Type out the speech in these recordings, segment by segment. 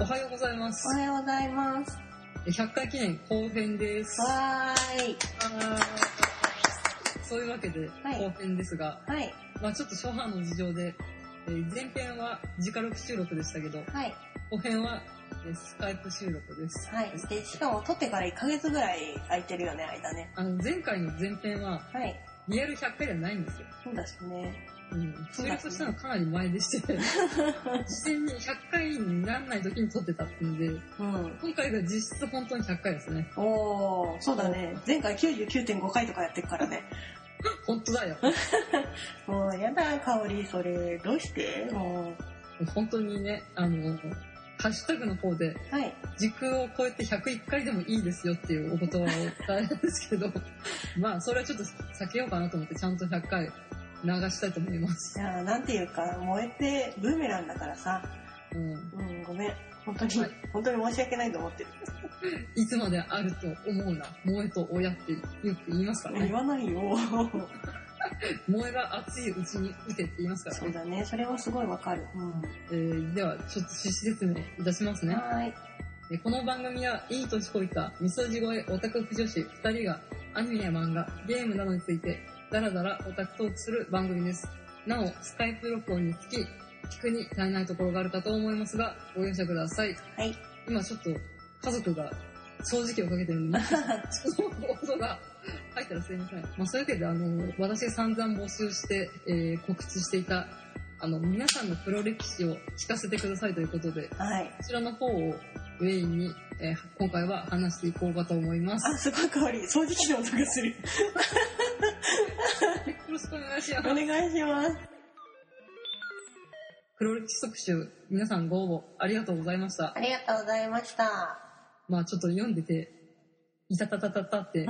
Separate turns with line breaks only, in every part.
おはようございます
お。はようございます。
100回記念後編です。
わーい。
そういうわけで
はい
後編ですが、
はい。
まあちょっと初版の事情で、えー前編は直録収録でしたけど、
はい。
後編はえースカイプ収録です。
はい。で、しかも撮ってから1ヶ月ぐらい空いてるよね、間ね。
あの前回の前編は
はい。
リアル100回ではないんですよ。
そうだしね。
うん。収録したのかなり前で して、事前に100回にならない時に撮ってたっていうので、
うん。
今回が実質本当に100回ですね。
おー、そうだね。前回99.5回とかやってるからね。
本当だよ。
もうやだ、香り、それ。どうしても
本当にね、あの、ハッシュタグの方で、
う。はい。
時空を超えて101回でもいいですよっていうお言葉を伝えるんですけど、 まあ、それはちょっと避けようかなと思って、ちゃんと100回流したいと思います。
じゃあ、なんていうか、燃えてブーメランだからさ。
うん、
うん、ごめん。本当に
はい、
本当に申し訳ないと思ってる。
いつまであると思うな、萌えと親ってよく言いますから
言
ね。
わない よ。
萌えが熱いうちに打てって言いますから
そう
ね。
だね。それはすごいわかる。う
えーでは、ちょっと趣旨説明いたします
ん。
ね。
はーい。
えーこの番組はいい年こいた、みそじ越えオタク婦女子2人がアニメや漫画、ゲームなどについてダラダラオタクトークする番組です。なお、スカイプ録音につき、聞くに足りないところがあるかと思いますが、ご容赦ください。
はい。
今ちょっと家族が掃除機をかけてる ので、その音が入ったらすいません。まあそういうわけで、あの、私が散々募集して、えー告知していた、あの、皆さんの黒歴史を聞かせてくださいということで、
はい。
こちらの方をメインに、えー今回は話していこうかと思います。
あ、すごい香り。掃除機の音がする。
よろしくお願いしま
お
す。
願いします。
黒歴史特集、皆さんご応募ありがとうございました
あ。りがとうございました。
まあちょっと読んでて、いたたたたた って、で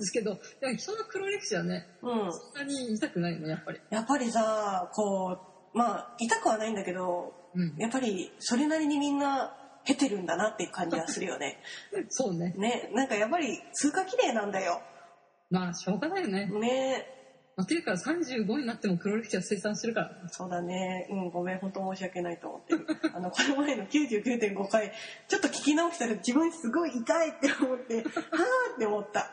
すけど、でも人の黒歴史はね、
うん。
そんなに痛くないね、やっぱり。
やっぱりさ、こう、まあ、痛くはないんだけど、
うん。
やっぱり、それなりにみんな、経てるんだなっていう感じはするよ ね。
そうね。
ね、なんかやっぱり、通過綺麗なんだよ。
まあしょうがないよね。
ね、
まあ、というか35になっても黒歴史は生産してるから。
そうだね。うん、ごめん、本当申し訳ないと思って る。あの、この前の99.5回、ちょっと聞き直したら自分すごい痛いって思って、はぁって思った。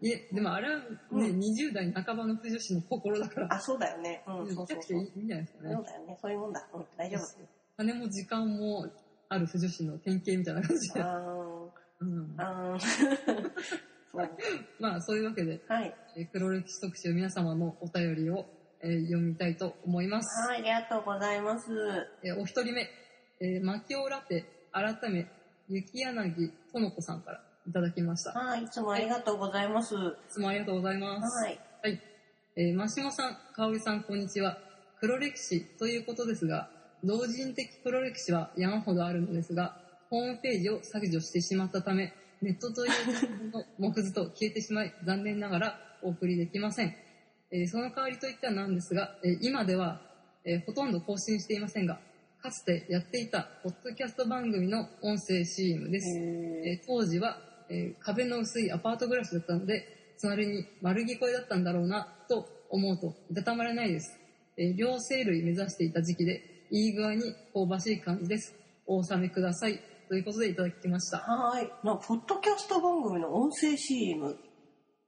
いえ、でもあれはね、
うん
20代半ばの婦女子の心だから、
あ、そうだよね。うん、そ
め
う
ち
そ
ゃ
う
くち
そ
ゃ
う
い。いんじゃないですかね。
そうだよね。そういうもんだ。うん、大丈夫。
金も時間もある不女子の典型みたいな感じで、
あ
うん
ーん。あーん。 そう
まあそういうわけで、
はい。
えー黒歴史特集皆様のお便りを、えー読みたいと思います、
はい、ありがとうございます。
えーお一人目、えー、マキオラペ改め雪柳との子さんからいただきました
はい、いつもありがとうございます。はい
つもありがとうございます
い。
はい、えー、マシモさん香織さんこんにちは黒歴史ということですが同人的黒歴史は山ほどあるのですがホームページを削除してしまったためネットというの木図と消えてしまい残念ながらお送りできません、えーその代わりといってはなんですが、えー今では、えーほとんど更新していませんがかつてやっていたポッドキャスト番組の音声 CM です、
え
えー当時は、えー壁の薄いアパート暮らしだったので、それに丸聞こえだったんだろうなと思うと、いたたまれないです。えー両生類目指していた時期で、いい具合に香ばしい感じです。お納めください。ということでいただきました。
はーい。なんかポッドキャスト番組の音声 CM。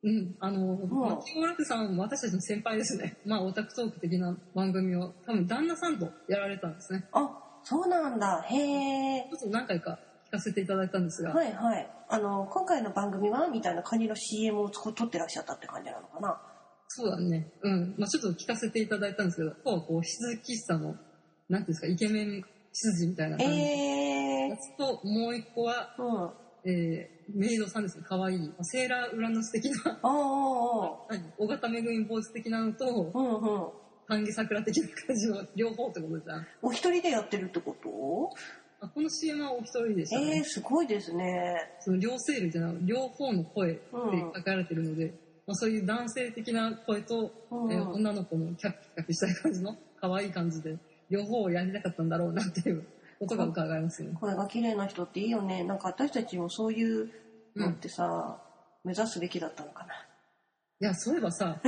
うん、あの、
ん
マキオラクさん、私たちの先輩ですね。まあ、オタクトーク的な番組を、多分旦那さんとやられたんですね。
あ、そうなんだ。へえ。
ちょっと何回か聞かせていただいたんですが、
はいはい。あの、今回の番組はみたいな感じの CM を撮ってらっしゃったって感じなのかな。
そうだね。うん。まあちょっと聞かせていただいたんですけど、こうはこう、羊喫茶の、なんていうんですか、イケメン羊みたいな感じ。や
ええ。
つと、もう一個は、
うん。
えー、メイドさんですね。かわいい。セーラーウラノス的な、
あーあ
何小型めぐみ坊主的なのと
ー、、うんうん。
丹下桜的な感じの両方ってことじゃん。
お一人でやってるってこと
あこの CM はお一人でした
ええ
ね。
ー、すごいですね。
その両生類じゃない、両方の声って
うん
書かれてるので、まあそういう男性的な声と、
うん
えー女の子のキャピキャピしたい感じの可愛い感じで両方をやりたかったんだろうなっていうことが伺えますよね。
声が綺麗な人っていいよねなんか私たちもそういうのってさ、目指すべきだったのかな
いや、そういえばさ、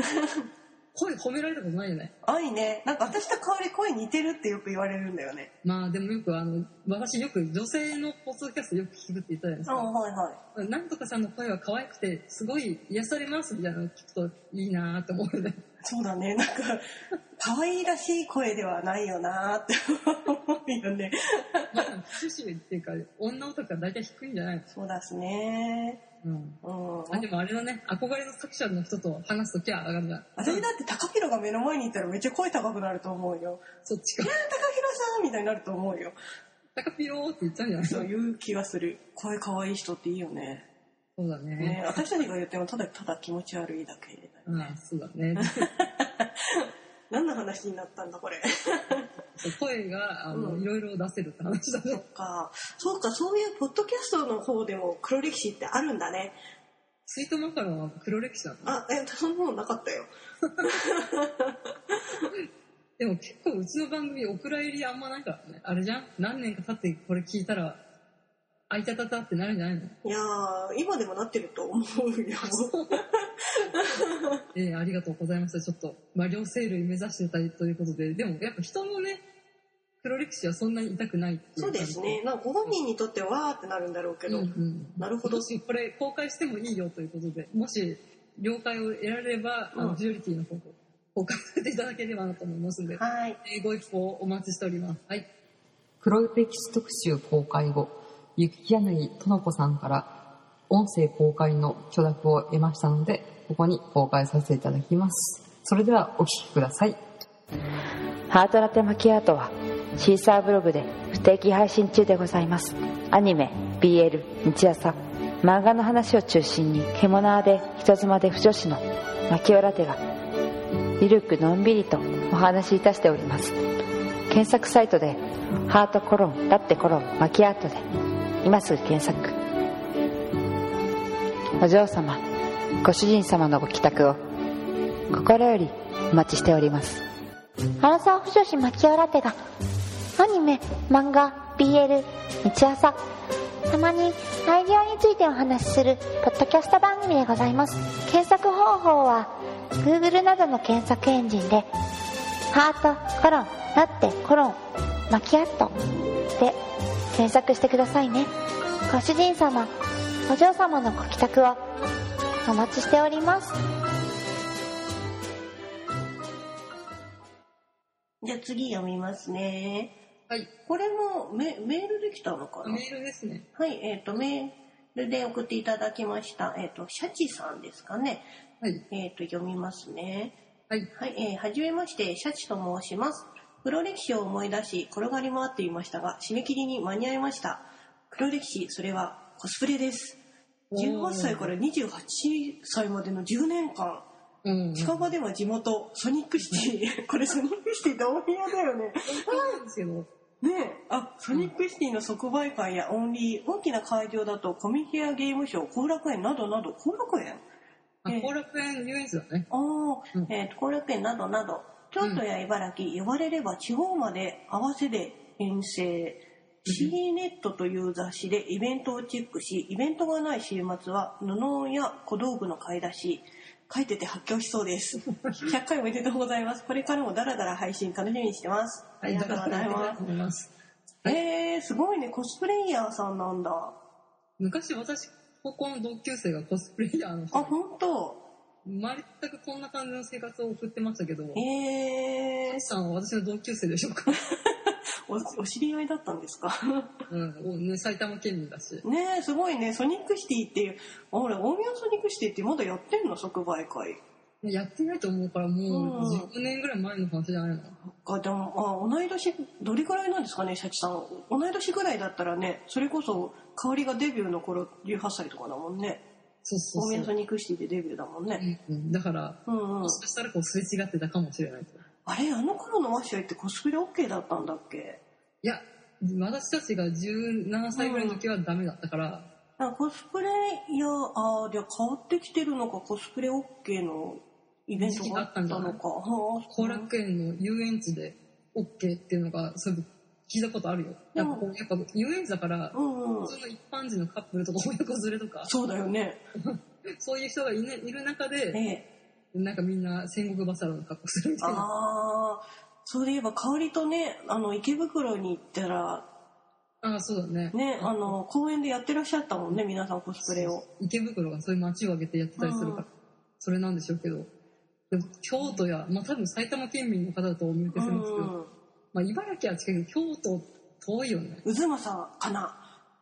声褒められたことないよね。
愛ねなんか私と香り声似てるってよく言われるんだよね
まあでもよくあの、私よく女性のポッドキャストよく聞くって言ったじゃないです
あ
か。
はいはい
なんとかさんの声は可愛くて、すごい癒されますみたいなの聞くといいなぁと思うよね。
そうだねなんか可愛いらしい声ではないよなーって思うよね
まあ、年上っていうか、女とか大体低いんじゃないの
そうですね
うん。
うん
あ、でもあれだね、憧れの作者の人と話すときは上がるな。
私だって高広が目の前にいたらめっちゃ声高くなると思うよ
そっちか。
高広さんみたいになると思うよ
タカピローって言っちゃうんじゃない
そ
そう
いう気がする声可愛い人っていいよね
うだね。
ね私たちが言ってもただただ気持ち悪いだけ
うん、そうだ ね。
何の話になったんだこれ
そう声が、あの、
うん
いろいろ出せるって話だ
そ
ね。
っかそうかそういうポッドキャストの方でも黒歴史ってあるんだね
スイートマカロンは黒歴史なの
あえそんなのなかったよ
でも結構うちの番組お蔵入りあんまないからね。あれじゃん何年か経ってこれ聞いたら、あいたたたってなるんじゃないの
いやー今でもなってると思うよ
ええありがとうございました。ちょっと、まあ、両生類目指してたりということで、でもやっぱ人のね、黒歴史はそんなに痛くないってい
そうですねなんかご本人にとってはわーってなるんだろうけ
感じ。
ど、
うんうん。
なるほど
もしこれ公開してもいいよということで、もし了解を得られれば、あ
う
の、
ん
ジュリティの方を公開していただければなと思いますので、
はい
えーご一報をお待ちしております。はい。
黒歴史特集公開後、雪柳との子さんから音声公開の許諾を得ましたので、ここに公開させていただきます。それではお聞きください。
ハートラテマキアートはシーサーブログで不定期配信中でございますアニメ BL 日朝漫画の話を中心に獣で人妻で不女子のマキオラテがゆるくのんびりとお話しいたしております検索サイトで「ハートコロンラッテコロンマキアート」で今すぐ検索お嬢様ご主人様のご帰宅を心よりお待ちしております
アラサー不女子マキオラテがアニメ漫画 BL 日朝たまに愛情についてお話しするポッドキャスト番組でございます検索方法は Google などの検索エンジンで「ハートコロンラッテコロンマキアット」で検索してくださいねご主人様お嬢様のご帰宅をお待ちしております
じゃあ次読みますね
はい。
これもメメールできたのかな
メールですね。
はい、えっ、と、メールで送っていただきました、えっ、と、シャチさんですかね。
はい。
えっ、と、読みますね。
はい。
はい、えーはじめまして、シャチと申します。黒歴史を思い出し、転がり回っていましたが、締め切りに間に合いました。黒歴史、それはコスプレです。18歳から28歳までの10年間、
うん。
近場では地元、ソニックシティ。これソニックシティ同部屋だよね。
なんですけど、
ねえ、あ、ソニックシティの即売会やオンリー、大きな会場だとコミケやゲームショー、後楽園などなど、後楽園
あ
ええ
後楽園遊園地だね。
ああ、
うん
えっ、と、後楽園などなど、京都や茨城、呼ばれれば地方まで合わせで遠征。C ネットという雑誌でイベントをチェックし、イベントがない週末は布や小道具の買い出し、書いてて発狂しそう です。100回おめでとうございます。これからもダラダラ配信楽しみにしてます。ありがとうござい
あり
ま
がとうございます。
す。えー、すごいね、コスプレイヤーさんなんだ。
昔私、高校の同級生がコスプレイヤーの人
あ、本当。
全くこんな感じの生活を送ってましたけど、
え
え
えー、
さんは私の同級生でしょうか
お、お知り合いだったんですか
うん、ね、埼玉県民だし。
ねえ、すごいね。ソニックシティっていう、あ俺、大宮ソニックシティってまだやってんの即売会。
やってないと思うから、も
うん
う10年ぐらい前の話じゃないの
あ、でも、あ、同い年、どれくらいなんですかね、シャチさん。同い年ぐらいだったらね、それこそ、香りがデビューの頃、18歳とかだもんね。
そうそ
大
う
宮
そ
ソ
う。
ニックシティでデビューだもんね。
うんうんだから、
うんうん
もし。かしたらこうすれ違ってたかもしれないと。
あれ、あの頃のワッシャイってコスプレ OK だったんだっけ
いや、私たちが17歳ぐらいの時はダメだったから、
あコスプレいやあーじゃあ変わってきてるのかコスプレ OK のイベントがあったの
時期があったん
かはあ
後楽園の遊園地で OK っていうのが、そういう聞いたことあるよ。
で
な
も
んかこう、やっぱ遊園地だから、
うんうん
普通の一般人のカップルとか親子連れとか、
そうだよね
そういう人がい,、ね、いる中で、
ええ
なんかみんな戦国バサロの格好するみたいな。
ああそういえば香りとねあの池袋に行ったら
ああ、そうだね。
ねあの公園でやってらっしゃったもんね皆さんコスプレを
池袋がそういう街を挙げてやってたりするから、
うん
それなんでしょうけど。でも京都や、まあ多分埼玉県民の方だとお見受けするんですけど、
うん
まあ茨城は近いけど、京都遠いよね。
渦政かな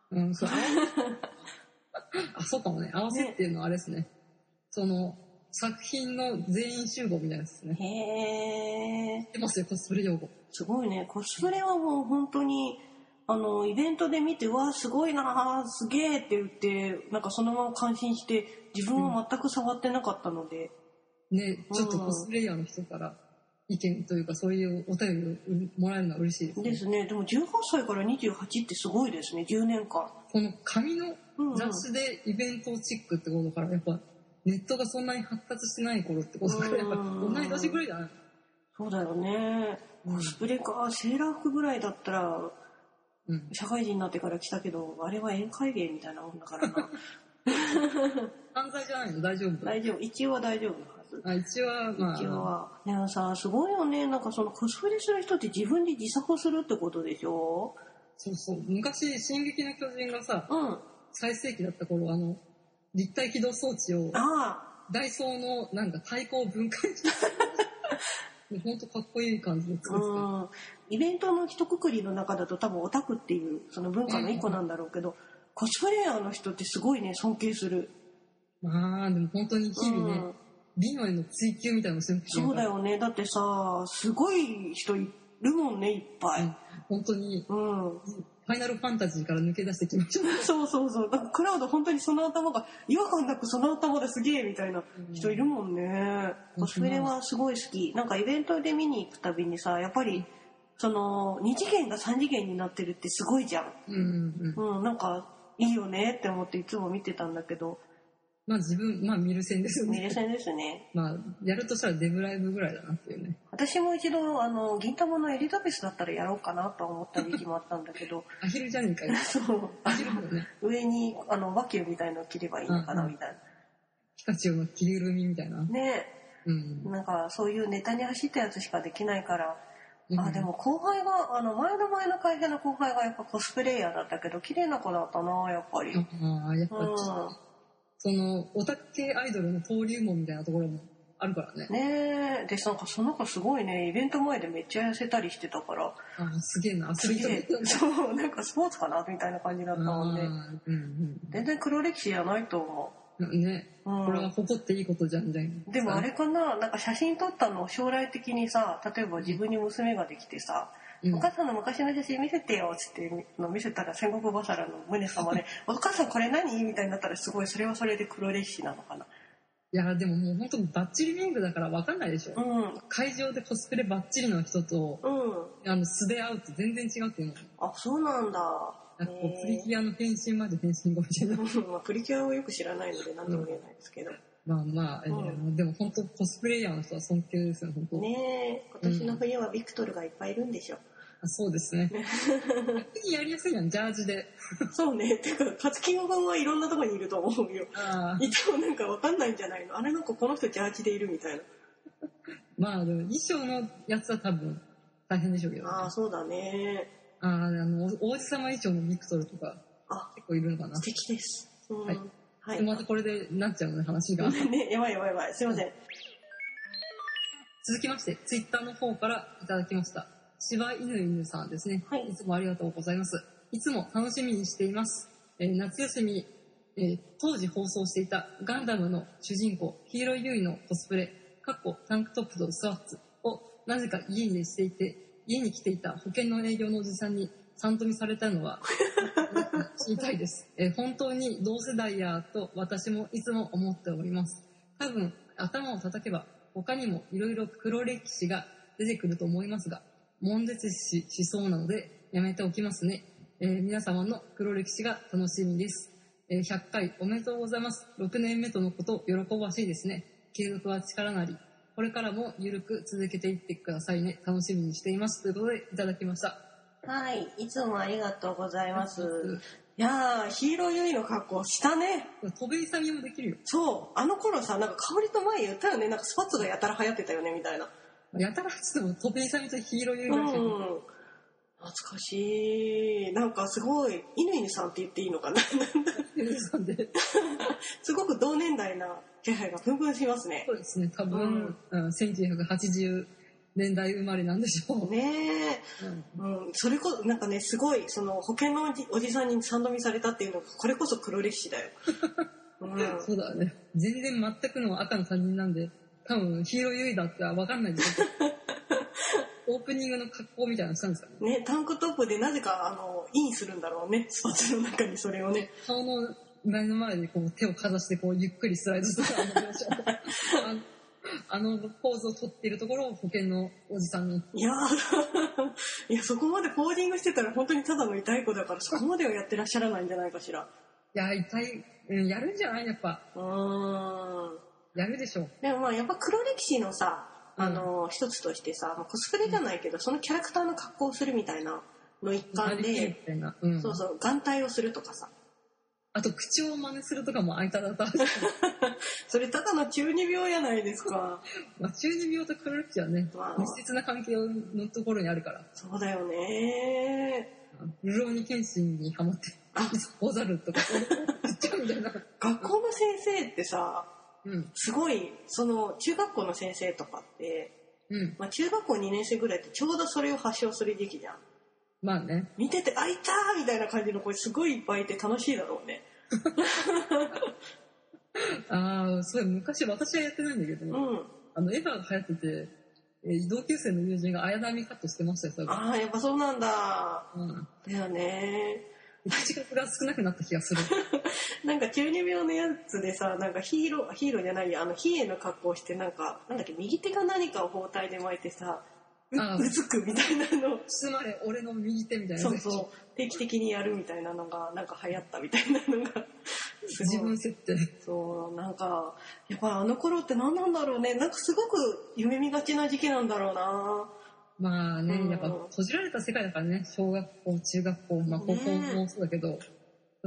うん、 そう。 あ、そうかもね。合わせっていうのはあれですね。その、作品の全員集合みたいなやつですね。
へえ
出ますよ、コスプレ用語。
すごいねコスプレはもう本当にあのイベントで見てうわすごいなーすげえって言ってなんかそのまま感心して自分は全く触ってなかったので、
ね、
うん
ちょっとコスプレイヤーの人から意見というか、そういうお便りをもらえるのは嬉しいですね。
ですねでも18歳から28ってすごいですね10年間
この紙の
うんうん
雑誌でイベントをチックってことから、やっぱネットがそんなに発達してない頃ってことから、やっぱ
う
同
ん
い年ぐらいじゃない
そうだよねコスプレかセーラー服ぐらいだったら
うん。
社会人になってから来たけどあれは宴会芸みたいなもんだからな
犯罪じゃないの大丈夫
大丈夫一応は大丈夫なはず
あ、一応は、まあ、
一応は。でもさ、すごいよね。なんかそのコスプレする人って自分で自作をするってことでしょ
そうそう。昔、進撃の巨人がさ、
うん。あ
最盛期だった頃、あの、立体起動装置を、
あ。
ダイソーの、なんか、太鼓を分解 して、ほんとかっこいい感じで作ってた。
うん。イベントの一括りの中だと多分オタクっていうその文化の一個なんだろうけど、コスプレイヤーの人ってすごいね、尊敬する。
まあ、でも本当に日々ね、
うん
美の絵の追求みたいなのをしてるっていか
そうだ。よね。だってさ、すごい人いるもんね、いっぱ
うん
い。
本当に、
うん。
フ ァイナルファンタジーから抜け出してきました。
そうそうそう。だからクラウド本当にその頭が、違和感なくその頭ですげえみたいな人いるもんね。
うん
コスプレはすごい好き。なんかイベントで見に行くたびにさ、やっぱり、その、2次元が3次元になってるってすごいじゃん。
うんうんうん。
うん、なんか、いいよねって思っていつも見てたんだけど、
まあ自分、まあ見る線ですよ
冷
ね。
戦ですね。
まあ、やるとしたらデブライブぐらいだなっていうね。
私も一度、あの、銀玉のエリザベスだったらやろうかなとは思った時期もあったんだけど、
アヒルじゃねえかよ。
そう、
アヒルもね、
上に、あの、和球みたいのを切ればいいのかなみたい
ピカチュウの着ぐるみみたいな
な。。ね
うん。
なんかそういうネタに走ったやつしかできないから、
うん
あでも後輩があの前の前の会社の後輩がやっぱコスプレイヤーだったけど綺麗な子だったなやっぱり、うん、
ああ、やっぱちょっと、その、オタク系アイドルの登竜門みたいなところもあるからね。
ねえでなんかその子すごいねイベント前でめっちゃ痩せたりしてたから
ああ、すげえな、アス
す
リート
げえ
みたい
そうなんかスポーツかなみたいな感じだった
な。
もんね
ああうん
全然黒歴史じゃないと思
うん。ね。
う、うん、
これは誇っていいことじゃんみたいな。
でもあれかななんか写真撮ったのを将来的にさ例えば自分に娘ができてさ、
うん
お母さんの昔の写真見せてよっつっての見せたら戦国バサラの宗様 で「お母さんこれ何?」みたいになったらすごいそれはそれで黒歴史なのかない
や、でももう本当バッチリメイクだからわかんないでしょ
う。ん
会場でコスプレバッチリの人と、
うん
あの、素で会うと全然違うっていうの。
あそうなんだ
なんかこう、プリ
へ
キュアの変身まで変身後みたいな。
ーまあプリキュア をよく知らないので何とも言えないですけど、
まあまあ、えー
うん
でも本当コスプレイヤーの人は尊敬ですよ、本当、
ねえ今年の冬はビクトルがいっぱいいるんでしょ、
あそうですね。逆にやりやすいじゃん、ジャージ で。
そうねてか勝木の版はいろんなとこにいると思うよ
ああ、
いてもなんかわかんないんじゃないのあれなんかこの人ジャージでいるみたいな
まあでも衣装のやつは多分大変でしょうけど、ね。
ああ
あ
そうだね
あ、あの、王子様衣装のビクトルとか
あ
結構いるのかな
素。敵ですうん
はい
は
またこれでなっちゃうね、話が。
ね、やばいやばいやばい。すいません。
続きまして、ツイッターの方からいただきました。柴犬犬さんですね。
はい
いつもありがとうございます。いつも楽しみにしています。えー夏休み、えー当時放送していたガンダムの主人公、黄色いユイのコスプレ、かっこタンクトップとスワッツをなぜか家にしていて、家に来ていた保険の営業のおじさんに三とみされた のは、知りたいです。えー本当に同世代やと私もいつも思っております。多分、頭を叩けば他にもいろいろ黒歴史が出てくると思いますが、悶絶ししそうなのでやめておきますね。えー皆様の黒歴史が楽しみです。えー100回おめでとうございます。6年目とのこと喜ばしいですね。継続は力なり。これからもゆるく続けていってくださいね。楽しみにしています。ということでいただきました。
はい、いつもありがとうございます。 いやーヒーローユイの格好したね
飛べ勇みもできるよ。
そうあの頃さなんか香りと前言ったよねなんかスパッツがやたら流行ってたよねみたいな
やたらしても飛べ勇みとヒーローユイ
う
ぐ
ん
らいしか
懐かしいなんかすごい乾さんって言っていいのかな
ユ イさんで。
すごく同年代な気配がプンプンしますね
そうですね、多分、うん、1980年代生まれなんでしょう。
ねえ
うん
うん、それこそなんかねすごいその保険のおじおじさんに三度見されたっていうのがこれこそ黒歴史 だよ、うん、
そうだね。全然全くの赤の他人なんで、多分ヒーローユイだっては分かんないんですよ。オープニングの格好みたいなのしたんですかね。
ねタンクトップでなぜかあのインするんだろうね スパッツの中にそれをね
顔の目の前でこう手をかざしてこうゆっくりスライドするあの描写あのあのポーズを取っているところを保険のおじさんに
いやー いやそこまでポージングしてたら本当にただの痛い子だからそこまではやってらっしゃらないんじゃないかしら
いや、痛い、うん、やるんじゃないやっぱ。
うーん
やるでしょう。
でもまあやっぱ黒歴史のさ
うん
あの一つとしてさ、まあコスプレじゃないけど、そのキャラクターの格好をするみたいなの一環
なりきるみ
で、
たいな。うん。
そうそう眼帯をするとかさ
あと、口を真似するとかもあいただた。
それただの中二病やないですか。
まあ、中二病と黒歴史はね
ま、あ
密接な関係のところにあるから、
そうだよね。
ルローニケンシンにハマって、
あ
いつかざるとか、そう言っちゃうみたいな。
学校の先生ってさ、
うん。
すごい、その、中学校の先生とかって、
うん。
まあ、中学校2年生ぐらいってちょうどそれを発症する時期じゃん。
まあね。
見てて、あ、いたーみたいな感じの子すごいいっぱいいて楽しいだろうね。
ああ、それ昔私はやってないんだけど、
うん。
あの、エヴァが流行ってて、えー同級生の友人が綾波カットしてましたよ、それ。
ああ、やっぱそうなんだ。
うん。
だよね。
口数が少なくなった気がする。
なんか中二病のやつでさ、なんかヒーロー、ヒーローじゃないや、あの、ヒエの格好をして、なんか、なんだっけ、右手が何かを包帯で巻いてさ、う
あー
うずくみたいなのを
つまり俺の右手みたいなやつ
そうそう定期的にやるみたいなのがなんか流行ったみたいなのがす
自
ごい
分設定。
そうなんかやっぱりあの頃って何なんだろうねなんかすごく夢見がちな時期なんだろうな
まあ
う
ね、
ん
やっぱ閉じられた世界だからね、小学校、中学校、まあ高校
ね
もそうだけど、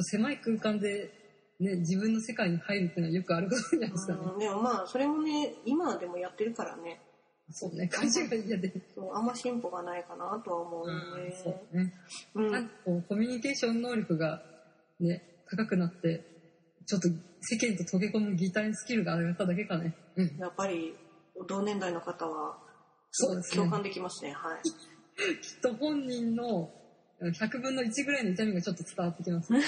狭い空間で、ね、自分の世界に入るっていうのはよくあることじゃないですかね。
うんでもまあそれもね今でもやってるからね
そうね、会社が嫌で。
そうあんま進歩がないかなとは思うね
そうね。
うん
なんかこう、コミュニケーション能力がね、高くなって、ちょっと世間と溶け込む擬態スキルが上がっただけかね。うん。
やっぱり同年代の方は
そうです
共
ね。
感できますねはい
きっと本人の100分の1ぐらいの痛みがちょっと伝わってきますね。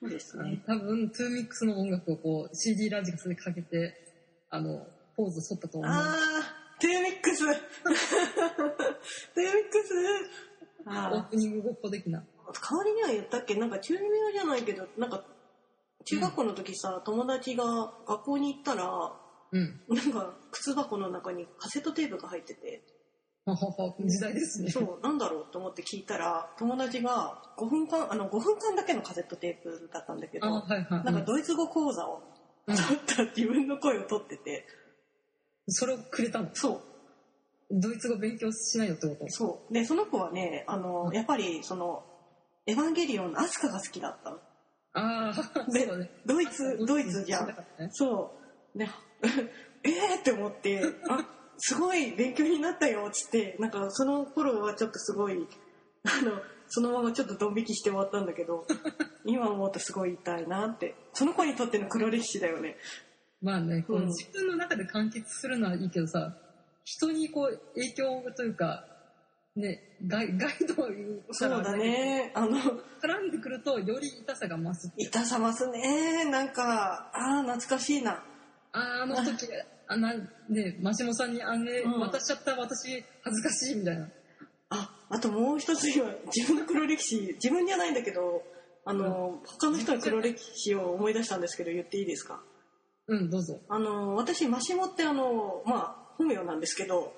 そうです
あの
ね
多分、トゥーミックスの音楽をこう、CD ラジカセでかけて、あの、ポーズを取ったと思う。
あートゥーミックス トゥーミックスあー
オープニングごっこ的な。
代わりには言ったっけなんか中二病じゃないけどなんか中学校の時さ、友達が学校に行ったら
うん。
なんか靴箱の中にカセットテープが入ってて
ほほほ時代ですね。
そうなんだろうと思って聞いたら友達が5分間あの5分間だけのカセットテープだったんだけ
あ、
ど
はいはい。
なんかドイツ語講座を
うん
撮った自分の声を撮ってて
それをくれたの。
そう
ドイツ語勉強しないよってこと。
そうでその子はねあのやっぱりその「エヴァンゲリオン」のアスカが好きだったの
ああ、そう
で
だね。
ドイツドイツじゃん
だからね
そう。ね、 えーって思って、あ、すごい勉強になったよ、つって、なんかその頃はちょっとすごい、あの、そのままちょっとドン引きして終わったんだけ ど、今思うとすごい痛いなって。その子にとっての黒歴史だよね。
まあね、こ
う
うん自分の中で完結するのはいいけどさ、人にこう、影響というか、ね、害害というか
そうだ。ね。あの、
絡んでくると、より痛さが増す。
痛さますね。なんか、あー懐かしいな。
あーあの時、あんな、ね、マシモさんにあれ
うん
渡しちゃった私、恥ずかしいみたいな。
あ、あともう一つ今、自分の黒歴史、自分じゃないんだけど、あの、他の人の黒歴史を思い出したんですけど、言っていいですか
うん、どうぞ。
あの私マシモってあのまあ本名なんです けど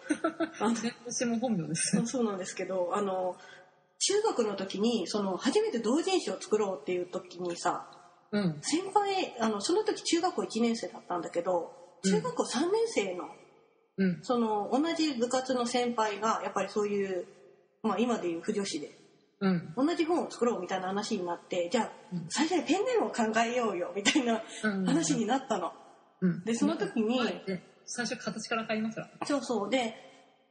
あの
ね私も本名です。
そうなんですけどあの中学の時にその初めて同人誌を作ろうっていう時にさ
うん。
先輩あのその時中学校1年生だったんだけど中学校3年生の
うん。
その同じ部活の先輩がやっぱりそういう、まあ、今でいう不女子で
うん
同じ本を作ろうみたいな話になってじゃあ
うん
最初にペンネームを考えようよみたいな
うん
話になったの。
うん
でその時に、
で最初形から変えますから
そうそうで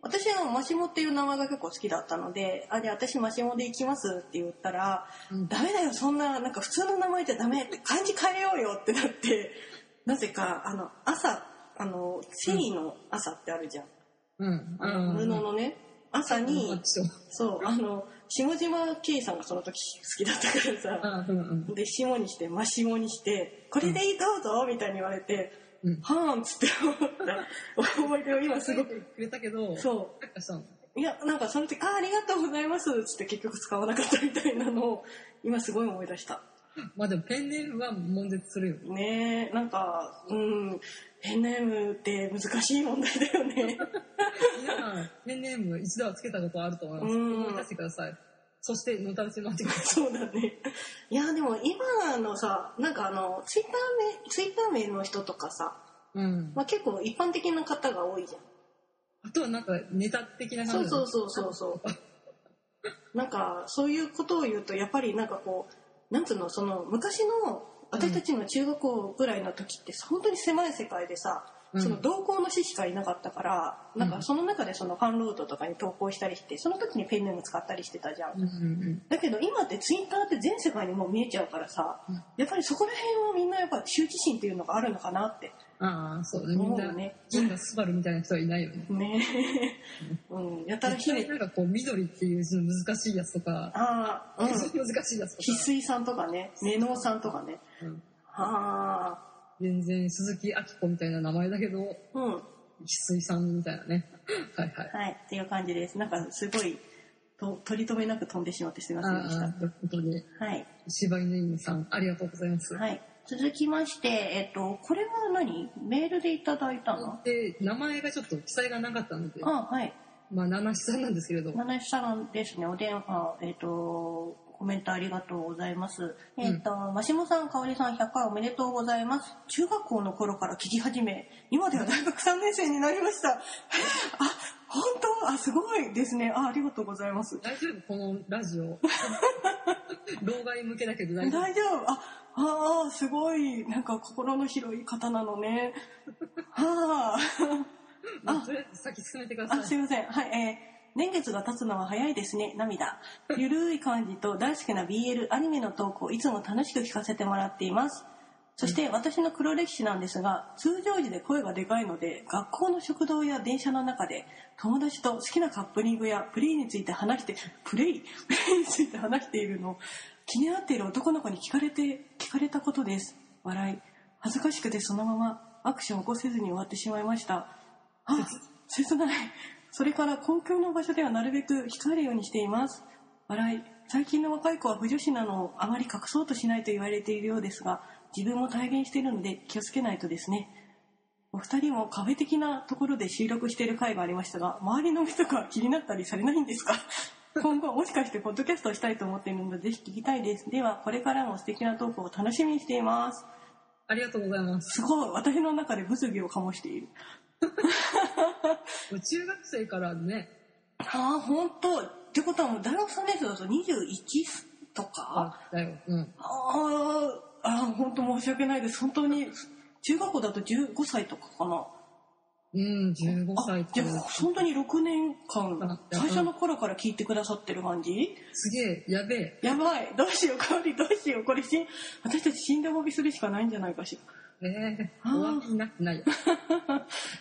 私はマシモっていう名前が結構好きだったので「あじゃあ私マシモで行きます」って言ったら
うん
「ダメだよそんななんか普通の名前じゃダメ」って漢字変えようよってなって なぜかあの朝あの繊維の朝ってあるじゃん、
うん
あの布のね朝に、そうあの下島圭さんがその時 好きだったからさ、
あうんうん
で下にして真下にして「これでいいどうぞ」みたいに言われて「
うん
はーん」っつって思った 思い出を今すごく
くくれたけど
そ
なんかしたの
ういやなんかその時「あーありがとうございます」っつって結局使わなかったみたいなのを今すごい思い出した
まあでもペンネームは悶絶するよね
ねえなんかうんペンネームって難しい問題だよね
皆さんペンネーム一度はつけたことあると思います
うん
思い出してくださいそしてのたうちに回ってくださ
そうだねいやでも今のさなんかあのツイッター名ツイッター名の人とかさ、
いうん
まあ、結構一般的な方が多いじゃん
あとはなんかネタ的な
そ
感
う
じ
そうそうそうそう。なんかそういうことを言うとやっぱりなんかこうなんつうのその昔の私たちの中学校ぐらいの時ってさ本当に狭い世界でさ、
うん
その同行の詩しかいなかったから、なん
う
か
ん
その中でそのファンロードとかに投稿したりしてその時にペンネーム使ったりしてたじゃん。
うんうん
だけど今ってツイッターって全世界にもう見えちゃうからさ、
うん
やっぱりそこら辺はみんなやっぱ羞恥心っていうのがあるのかなって
うんああそうねみ
思
ん
う
な
よね。
なんかスバルみたいな人はいないよね
ねうん、やたら
絶
ひ
対
ね
なんかこう緑っていう字の難しいやつとか
ああ、うん
難しいやつと
翡
か
翠さんとかねメノウさんとかね
うん
あ
全然鈴木明子みたいな名前だけど翡
あうんは
翠さんみたいなね はいはい
いっていう感じですなんかすごいと取り留めなく飛んでしまってすみませんでし
ああ
た
本当に
はい、
柴犬犬さんありがとうございます、
はい、続きましてえっとこれは何メールでいただいたの
で名前がちょっと記載がなかったので
あはい
まあ七七さんなんですけれど
マナシさんですねお電話えっとコメントありがとうございます。えっ、と、マシモさん、かおりさん、100回おめでとうございます。中学校の頃から聞き始め、今では大学3年生になりました。 あ、本当あ、すごいですね。あ、ありがとうございます。
大丈夫このラジ オ老害向けだけど大丈夫
大丈夫ああーすごいなんか心の広い方なのねは
まあとりあえず先進めてくだ
あ
さ
あす
い
いませんはいえー年月が経つのは早いですね 涙ゆるい感じと大好きな BL アニメのトークをいつも楽しく聞かせてもらっていますそして私の黒歴史なんですが通常時で声がでかいので学校の食堂や電車の中で友達と好きなカップリングやプレイについて話して プレイプレイについて話しているのを気になっている男の子に聞かれて聞かれたことです笑い恥ずかしくてそのままアクションを起こせずに終わってしまいましたあ切ないそれから公共の場所ではなるべく控えるようにしています笑い最近の若い子は不女子なのをあまり隠そうとしないと言われているようですが自分も体現しているので気をつけないとですねお二人もカフェ的なところで収録している回がありましたが周りの人が気になったりされないんですか今後もしかしてポッドキャストをしたいと思っているのでぜひ聞きたいですではこれからも素敵なトークを楽しみにしています
ありがとうございます
すごい私の中で物議を醸している
中学生からね
ああ本当ってことはもう大学3年生だと21とか
あだようん
あーあ本当申し訳ないです本当に中学校だと15歳とかかな
うん15歳
あ
って
じ
い
ゃ
う
あ本当に6年間
うん
最初の頃から聞いてくださってる感じ
すげえやべえ
やばいどうしようかおりどうしようこれしん私たち死んでお詫びするしかないんじゃないかし
ええ
あー
お詫びになって ないよ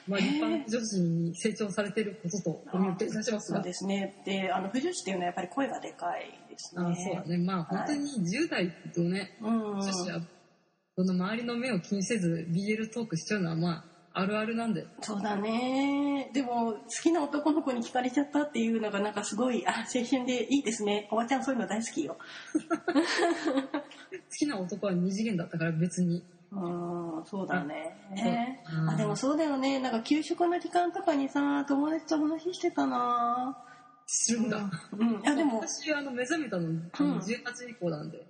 まあ
ええ
一般女子に成長されてることとお見受けいたし
ら
ます
そう
が
ですねであの不女子っていうのはやっぱり声がでかいですね
あそうだねまあ本当に10代とね
うん
女子はその周りの目を気にせず BL トークしちゃうのはまああるあるなんで
そうだねでも好きな男の子に聞かれちゃったっていうのがなんかすごいあ青春でいいですねおばちゃんそういうの大好きよ
好きな男は二次元だったから別に
うーんそうだねね
そううん
あでもそうだよねなんか給食の時間とかにさ友達と話してたな
するんだ、
うん、うん、あでも
私あの目覚めたのあの18以降なんで、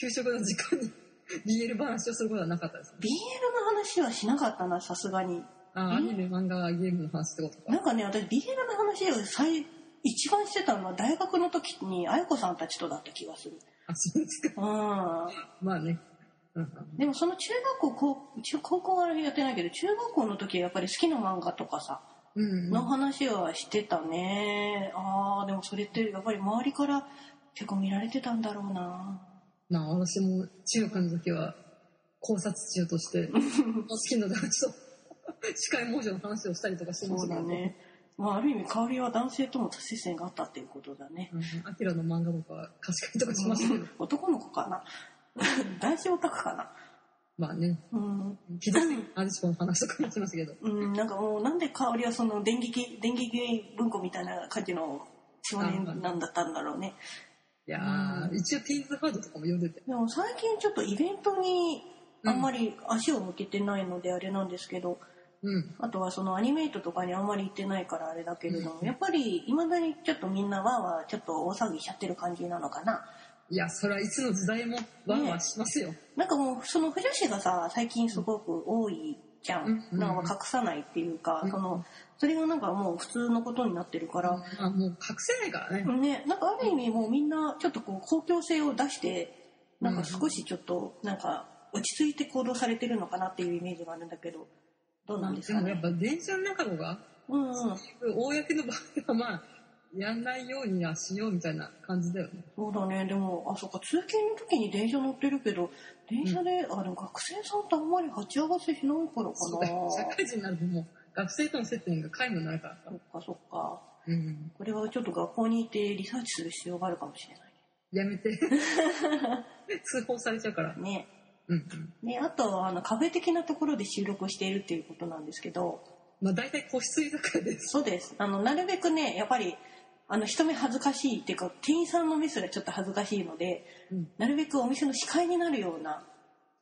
給食の時間に BL 話をすることはなかったです
BL の話はしなかったなさすがに
あアニメ漫画ゲームの話ってこと
な
か
んかね私 BL の話を最一番してたのは大学の時に愛子さんたちとだった気がする。
あ、そうですか。
うん。
まあね。うんうん
でもその中学校高中高校はやってないけど中学校の時はやっぱり好きな漫画とかさ
うんう
の
ん。
話はしてたねあーでもそれってやっぱり周りから結構見られてたんだろうな
まあ私も中学の時は考察中として、好きな男子と司会猛者の話をしたりとかしてまし
そう
た
だ
けど、
ねまあある意味香りは男性とも達成線があったっていうことだね
うんアキラの漫画とか貸し借りとかしましたけど、
男の子かな 男子オタクかな
まあね、
うん、
気づいて、アデシコの話とかもしましたけど、
うん、なんかもうなんで香りはその電撃電撃文庫みたいな感じの少年なんだったんだろうね
いやー、一応ピーズハードとかも読んでて、
でも最近ちょっとイベントにあんまり足を向けてないのであれなんですけど、
うん。
あとはそのアニメイトとかにあんまり行ってないからあれだけれども、やっぱりいまだにちょっとみんなわーわーちょっと大騒ぎしちゃってる感じなのかな。
いや、それはいつの時代もワンワンしますよ。
なんかもうその不女子がさ最近すごく多いじゃん、
うん
なんか隠さないっていうか、
うん
そのそれがなんかもう普通のことになってるから、
あもう隠せないからね。
ねなんかある意味もうみんなちょっとこう公共性を出してなんか少しちょっとなんか落ち着いて行動されてるのかなっていうイメージがあるんだけどどうなんです
で
か
もやっ
ね
ぱ電車の中のが、
うんうん
公の場合はまあ、やんないようにはしようみたいな感じだよね。
そうだねでもあそっか通勤の時に電車乗ってるけど電車で、あでも学生さんってあんまり鉢合わせしないから
そう
か
だ
な
よ社会人になるともう、学生との接点が皆無になるからさ
そっかそっか
うん。
これはちょっと学校に行ってリサーチする必要があるかもしれない
やめて。通報されちゃうから。
ね。
うんうん。
で、あとはあのカフェ的なところで収録しているっていうことなんですけど、
まあ大体個室居酒屋です。
そうです。あの、なるべくね、やっぱり、あの、人目恥ずかしいっていうか、店員さんの目すらちょっと恥ずかしいので、
うん
なるべくお店の視界になるような、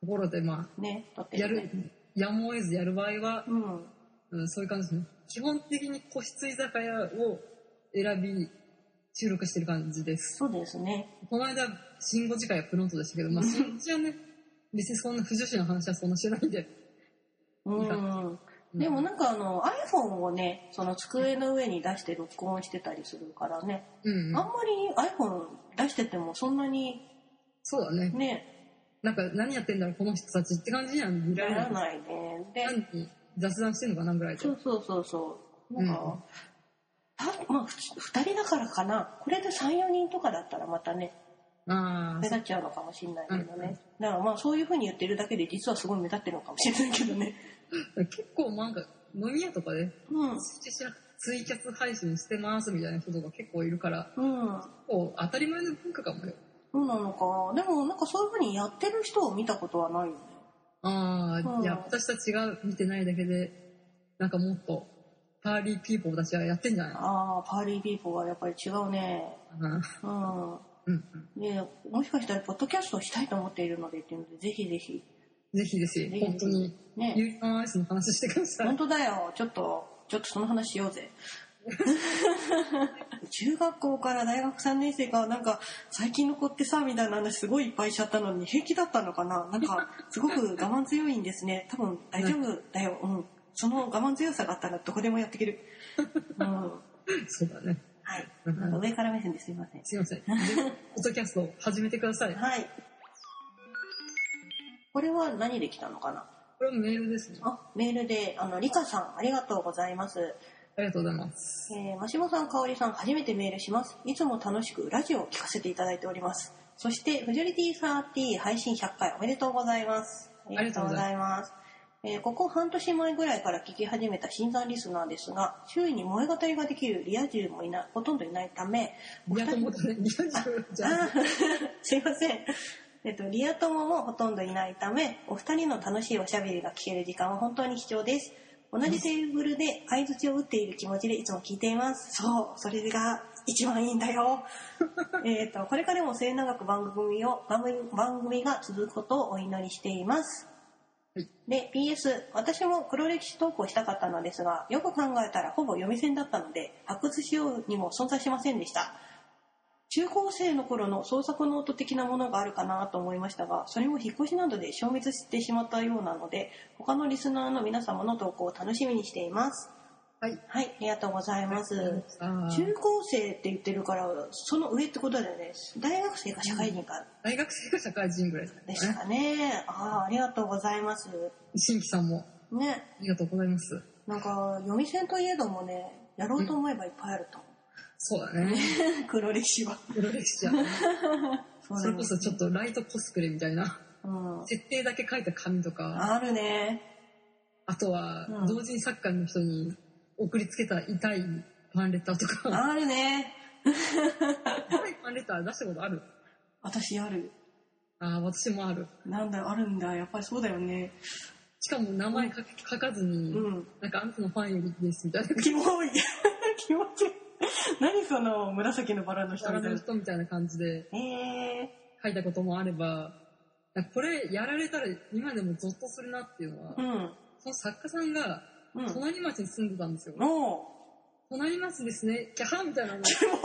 ところでま
ね、だっ
あ、
て、ね、
やる、やむを得ずやる場合は、
うん。
うん、そういう感じですね。基本的に個室居酒屋を選び、収録してる感じです。
そうですね。
この間、新語次回はプロントでしたけど、まあ、新語はね、別にそんな不女子の話はそんなしてないんで。
う
いいか
ん。でもなんかあの iPhone をね、その机の上に出して録音してたりするからね、
うん、
あんまり iPhone 出しててもそんなに
そうだね。
ね、
なんか、何やってんだろう、この人たちって感じには見ら
な
れない。
らないね。で、
単に雑談してんのかなぐらいで。
そうそうそうそう。なんか、たまあ、ふつ二人だからかな。これで三四人とかだったらまたね、
ああ
目、立っちゃうのかもしれないけどね。だからまあ、そういうふうに言ってるだけで実はすごい目立ってるのかもしれないけどね。
結構なんか、飲み屋とかで、
うん。
ツイキャス配信してますみたいな人とか結構いるから、
うん。
結構当たり前の文化かもよ。
そうなのか。でも、なんかそういうふうにやってる人を見たことはないよね。
ああ、
うん
いや、私たちが見てないだけで、なんかもっと、パーリーピーポーたちはやってんじゃないの
ああ、パーリービーポーはやっぱり違うね。
うん
うん。
うん
で、もしかしたら、ポッドキャストをしたいと思っているのでっていうので、ぜひぜひ。
ぜひですよ
ぜひぜ、ひ
本当に。
ね。
ユーロアイスの話してくださ
本
い。
当だよちょっとちょっとその話しよう ぜ中学校から大学3年生がなんか最近の子ってさみたいな話すごいいっぱいしちゃったのに平気だったのかななんかすごく我慢強いんですね多分大丈夫だようんその我慢強さがあったらどこでもやっていけるうんは
そうだね。
いなんか上から目線ですいません
すいません。でポッドキャストを始めてください。
はいこれは何で来たのかな
これはメールですね。
あメールであのリカさんありがとうございます
ありがとうございます。
えー、マシモさん、かおりさん、初めてメールします。いつも楽しくラジオを聞かせていただいております。そして、フジョリティ30配信100回おめでとうございます。
ありがとうござ
います。えーここ半年前ぐらいから聞き始めた新参リスナーですが、周囲に燃え語りができるリア充もいない、ほとんどいないため、
リア友だね。リア充じゃん。
あ すいません。えっと、リア友もほとんどいないため、お二人の楽しいおしゃべりが聞ける時間は本当に貴重です。同じテーブルで相槌を打っている気持ちでいつも聞いています。そう、それが一番いいんだよ。 えっと、これからも末永く番組を、番組番組が続くことをお祈りしています。で、PS、私も黒歴史投稿したかったのですが、よく考えたらほぼ読み線だったので、発掘しようにも存在しませんでした。中高生の頃の創作ノート的なものがあるかなと思いましたが、それも引っ越しなどで消滅してしまったようなので、他のリスナーの皆様の投稿を楽しみにしています。
あはい。
はい、ありがとうございます。
あー
中高生って言ってるから、その上ってことだよね。大学生か社会人か
大学生か社会人ぐらいで
ですす
かね。
かね。ああ、ありがとうございます。
新規さんも
ね、
ありがとうございます。
なんか、読み線といえどもね、やろうと思えばいっぱいあると思
そうだね。
う。黒歴史は。
プロレスじゃん。
そう
それこそちょ
っ
っとライトコスプレみたいな、
と。うん。
設定だけ書いた紙とか、
あるね。
あとは
うん
同人作家の人に送りつけた痛いファンレターとか、
あるね。
痛いファンレター出したことある
私ある。
ああ、私もある。
なんだ、あるんだ。やっぱりそうだよね。
しかも名前書書かずに、
うん。
なんかあなたのファンよりですみたいな。
キモい。 気持ち悪い。何その紫のバラの人み
柄
たい
の
な。
人みたいな感じで
えー。
書いたこともあれば、なんかこれやられたら今でもゾッとするなっていうのは、
うん。
その作家さんが
うん。
隣町に住んでたんですよ。
おう。
隣町ですね、キャハみたいなの
キモい。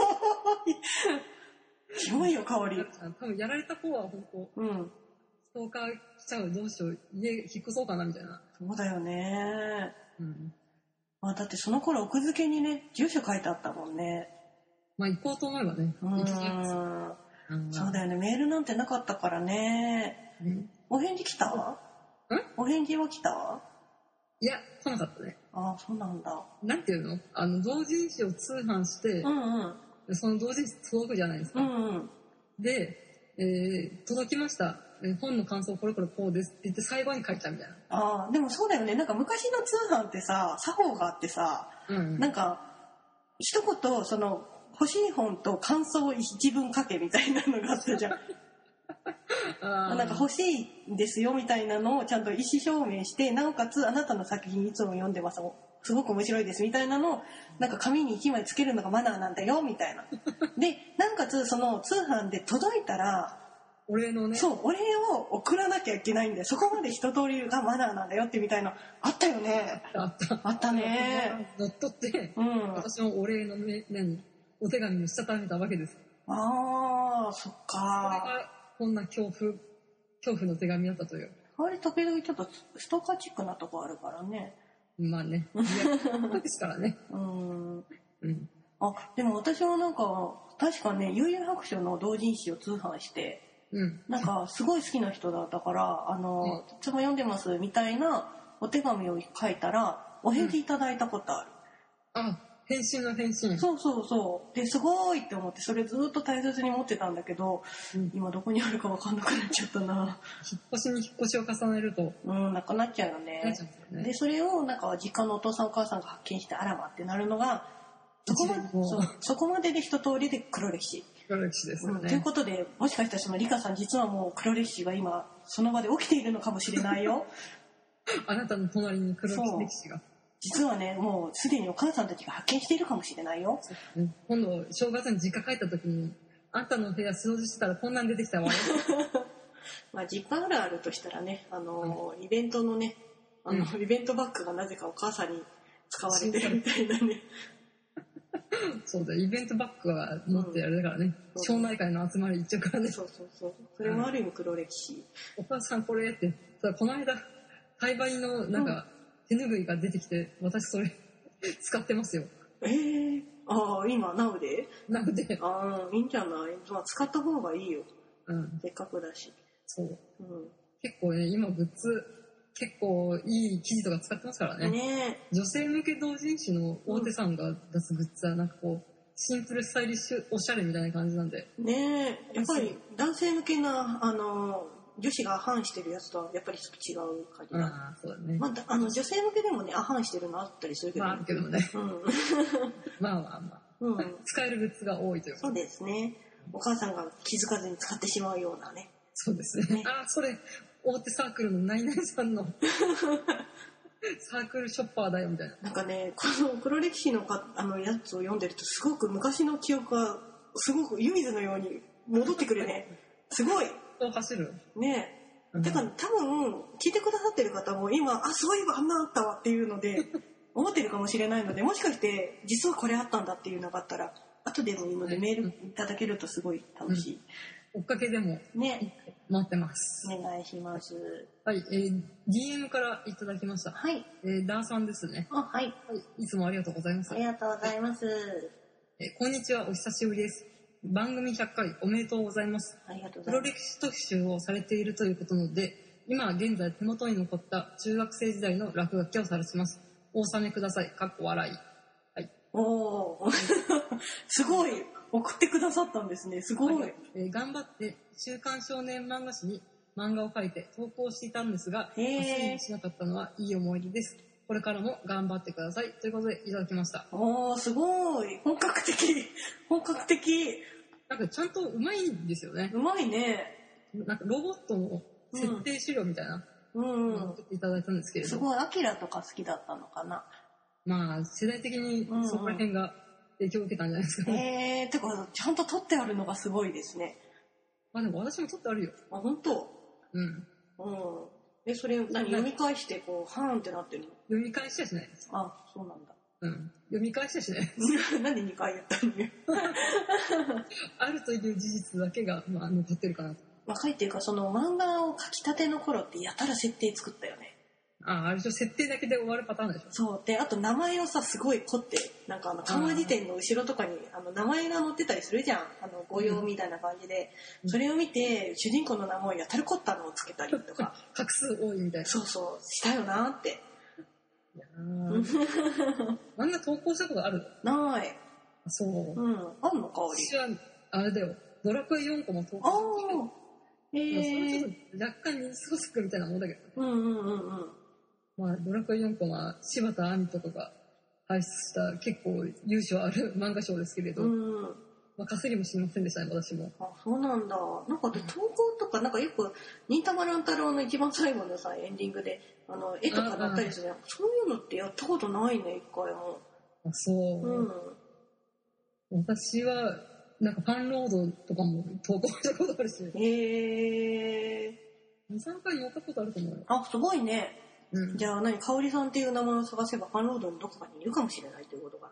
キモいよ、香り。
多分やられた方は本当
うん。
ストーカー来ちゃうどうしよう家引っ越そうかなみたいな、
そうだよね。
うん、
まあ、だってその頃奥付けにね、住所書いてあったもんね。
まあ行こうと思えばね
う
行けます
ん。
うん
そうだよね。メールなんてなかったからね。
ね
お返事来たんお返事は来た
いや来なかったね
ああ、そうなんだ。
なんていうのあの同人誌を通販して
う、んうん。
その同人誌届くじゃないです
う
か、
んうん。
で、えー届きましたえー本の感想これこれこうですって言って最後に書いたみたいな
ああ、でもそうだよね。なんか昔の通販ってさ、作法があってさ、
うん
なんか、一言、その、欲しい本と感想を一文書けみたいなのがあったじゃん。
あー
なんか欲しいんですよみたいなのをちゃんと意思証明して、なおかつあなたの作品いつも読んでます。すごく面白いですみたいなのを、なんか紙に1枚つけるのがマナーなんだよみた いな。で、なおかつその通販で届いたら、
お礼のね
そう、お礼を送らなきゃいけないんで、そこまで一通りがマナーなんだよってみたいな、あったよね。
あった
あったね。
乗っ取って
うん。あ
私もお礼のね何お手紙をしたためたわけです
あー、そっ
これ
か。
がこんな恐怖恐怖の手紙だったという
あれ時々ちょっとストーカーチックなとこあるからね。
まあね。いやですからね。
うん。
うん。
あでも私はなんか確かね悠々白書の同人誌を通販して
うん。
なんかすごい好きな人だった から「あのいつも読んでます」みたいなお手紙を書いたらお返事いただいたことある、
あ、返信の返信。
そうそうそうですごいって思ってそれずっと大切に持ってたんだけど、
うん
今どこにあるか分かんなくなっちゃったな
引っ越しに引っ越しを重ねると、
うんなくなっちゃうよ
なっ
ね
ちゃうんだよ
で
ね。
それをなんか実家のお父さんお母さんが発見してあらまってなるのがそこまで
一連の
そうそこまでで一通りで黒歴史
黒歴史ですよ
うんという
ね。
ことでもしかしたらそのリカさん実はもう黒歴史が今その場で起きているのかもしれない よ
あなたの隣に黒歴史が。
実はねもうすでにお母さんたちが発見しているかもしれないよ
うん今度、正月に実家帰った時に、あんたの部屋掃除してたらこんなん出てきたわ。
まあ実家あるあるとしたらねあのーイベントのねあの、イベントバッグがなぜかお母さんに使われてるみたいなね
そうだよ、イベントバッグは持ってやるだからね。
うん
町内会の集まり行っちゃうからね。
そうそうそうそれもある意味黒歴史
お母さんこれって、そうこの間、栽培のなんか、手ぬぐいが出てきて、私それ使ってますよ。
えー、ああ今ナウで
なので、
ああいいんじゃない、まあ、使った方がいいよ
うん、
せっかくだし
そう。
うん
結構ね、今グッズ、結構いい生地とか使ってますからね。
ね
女性向け同人誌の大手さんが出すグッズはなんかこう、シンプルスタイリッシュおしゃれみたいな感じなんで。
ねえやっぱり男性向けなあの女子がアハンしてるやつとはやっぱり違う感じだ、
ああ、そうだね。
まあ、だあの女性向けでもねアハンしてるのあったりするけど、
まああるけどねまあまあま
うん、う
あ。
ん、
使えるグッズが多いというか
そうですねお母さんが気づかずに使ってしまうようなね
そうですね
ね。
ああ、それ、大手サークルのナイナイさ んのサークルショッパーだよみたいな。
なんかねこの黒歴史のかあのやつを読んでるとすごく昔の記憶がすごく湯水のように戻ってくるねすごい
そう走る。
ねえ
うん
だから多分聞いてくださってる方も今あそういえばあんなあったわっていうの で思ってるかもしれないのでもしかして実はこれあったんだっていうのがあったら後でもいいので
はい
メールいただけるとすごい楽し
追っかけでも
いね
う待ってます。
お願いします。
はい、えー DM からいただきました。
はい。
えー、ダーさんですね。
あ、はい。
はい、いつもありがとうございます
あ。りがとうございます。
えーこんにちは、お久しぶりです。番組100回おめでとうございます。
ありがとうご
プ
ざ
ロ
います。
歴史特集をされているということなので、今現在手元に残った中学生時代の落書きを晒します。お納めください。かっこ笑い。
おお。 すごい。送ってくださったんですね。すごい。
はいえー頑張って週刊少年漫画誌に漫画を書いて投稿していたんですが、
へー
発信しなかったのはいい思い出です。これからも頑張ってください。ということでいただきました。
おお、すごい。本格的。 本格的。
なんかちゃんとうまいんですよね。
うまいね。
なんかロボットの設定資料みたいな
う
の
ん
を。送っていただいたんですけれ
す
ど、
ごい、アキラとか好きだったのかな。
まあ世代的にそこら辺が影響を受けたんじゃない ですかね。
えー、てか、ちゃんと撮ってあるのがすごいですね。
まあでも私も撮ってあるよ。
あ、本当。
うん。
うん。え、それ、何読み返して、こう、ハーンってなってるの
読み返しはしないです。
あ、そうなん だ。
うん。読み返しはしない です。
なんで2回言ったのよ。
あるという事実だけが、まあ、残ってるかなと。
若いっていうか、その漫画を描きたての頃ってやたら設定作ったよね。
ああ、あれでしょ、設定だけで終わるパターンでしょ。
そう。で、あと名前をさ、すごい凝って、なんかあの、漢和辞典の後ろとかに、あの、名前が載ってたりするじゃん。あの、語用みたいな感じで。
うん
それを見て、主人公の名前をやたら凝ったのをつけたりと か、
画数多いみたい な。
そうそう、したよなって。
うんあんな投稿したことある
ない。
そう。
うん。あんの香り。
私は、あれだよ、ドラクエ4個も投
あ
稿してる。
あ。え
まあそれ
え
ちょっと若干二次創作みたいなもんだけどね。
うんうんうんうん。
まあ、ドラクエ4個は柴田亜美とかが輩出した結構優秀ある 漫画賞ですけれど、
うん。
まあ、稼ぎもしませんでしたね、私も。
あ、そうなんだ。なんかで、投稿とか、なんかよく、忍たま乱太郎の一番最後のさ、エンディングで、あの、絵とかだったりするじゃん。そういうのってやったことないね、一回も。
あそう。
うん。
私は、なんかファンロードとかも投稿したことあるし、2、
へえ。
3回乗ったことあると思うよ。
あ、すごいね。
うん。い
じゃあ何、かおりさんっていう名前を探せば、ファンロードのどこかにいるかもしれないということか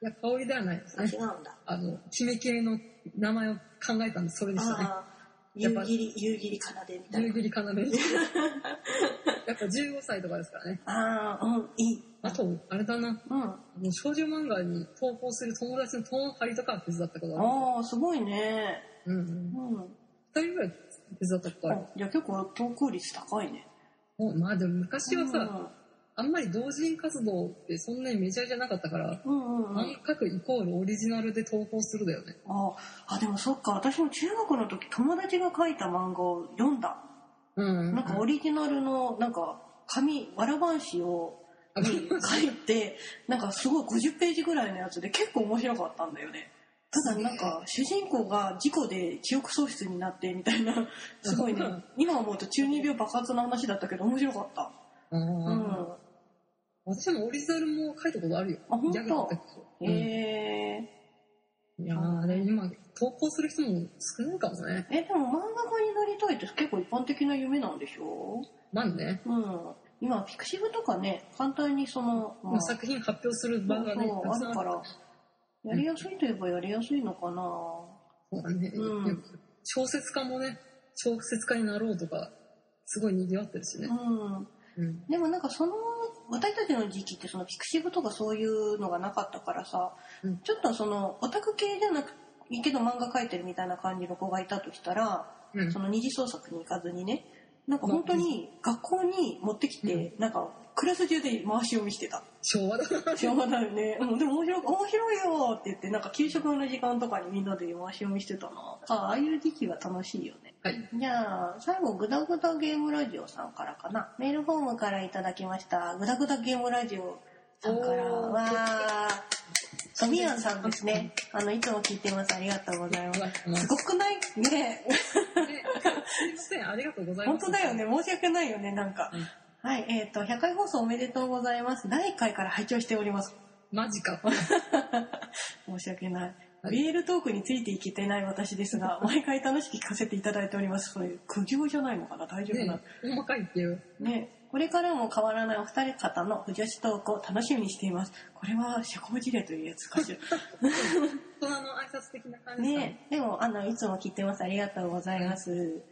や、香りではないです
な。あ、違
ね。
うんだ。
あの、キメキメの名前を考えたんで、それでしたね。
ああ、
や
夕
っぱ
霧、夕霧かなでみたい
夕
な。
霧かなめ。やっ ぱ15歳とかですからね。
ああ、うん、いい。
あと、あれだな、
うん。
あの少女漫画に投稿する友達のトーン張りとかは手伝ったことあ
ああ、すごいね。
る。うん。
うん。
二人ぐらい手伝ったことある
あ。じゃあ結構投稿率高いね。
もうまあでも昔はさ、
うん
あんまり同人活動ってそんなにメジャーじゃなかったから、
うんうんうん、
漫画各イコールオリジナルで投稿するだよね。
ああでもそっか私も中学の時友達が書いた漫画を読んだ、
うん。
なんかオリジナルのなんか紙わらばん紙を
あ
に書いてなんかすごい50ページぐらいのやつで結構面白かったんだよねただなんか主人公が事故で記憶喪失になってみたいなすごいね
うん
今思うと中二病爆発の話だったけど面白かった
あー
うん、
私もオリジナルも書いたことあるよ。
あ本当
ギャグだったけどうん
へー
いやー、で今、投稿する人も少ないかもね。
えでも漫画家になりたいって結構一般的な夢なんでしょ
まあね、
うん、今ピクシブとかね簡単にその、ま
まあ、作品発表する場がね、
そう
たく
あ
さ
る
んあ
か
る
らやりやすいといえばやりやすいのかな、
そうだね、
うん
小説家もね、小説家になろうとか、すごい賑わってるしね。
うん
うん。
でもなんかその私たちの時期ってそのピクシブとかそういうのがなかったからさ、
うん
ちょっとそのオタク系じゃなくいいけど漫画描いてるみたいな感じの子がいたとしたら
うん
そ。の二次創作に行かずにねなんか本当に学校に持ってきて、なんかクラス中で回し読みしてた。
昭和だな。
しょうがないよね。うん、でも面白い、面白いよって言って、なんか給食の時間とかにみんなで回し読みしてたな。あああいう時期は楽しいよね。
はい。
じゃあ、最後、グダグダゲームラジオさんからかな。メールフォームからいただきました。グダグダゲームラジオさんから。
おー
わー。ソミアンさんですね。あの、いつも聞いてます。ありがとうございます。すごくないね。
ねすいません、ありがとうございま
本
す。
当だよね。申し訳ないよね、なんか。
うん
はい、えっ、と、100回放送おめでとうございます。第1回から拝聴しております。
マジか。
申し訳ない。
はい
ビールトークについていけてない私です が、毎回楽しく聞かせていただいております。これ、苦行じゃないのかな大丈夫な
ね
の、
細かいっていう。
ねこれからも変わらないお二人方の不女子トークを楽しみにしています。これは社交辞令というやつかし
大人の挨拶的な
ら。
感じかな
ねでも、あの、いつも聞いてます。ありがとうございます。
引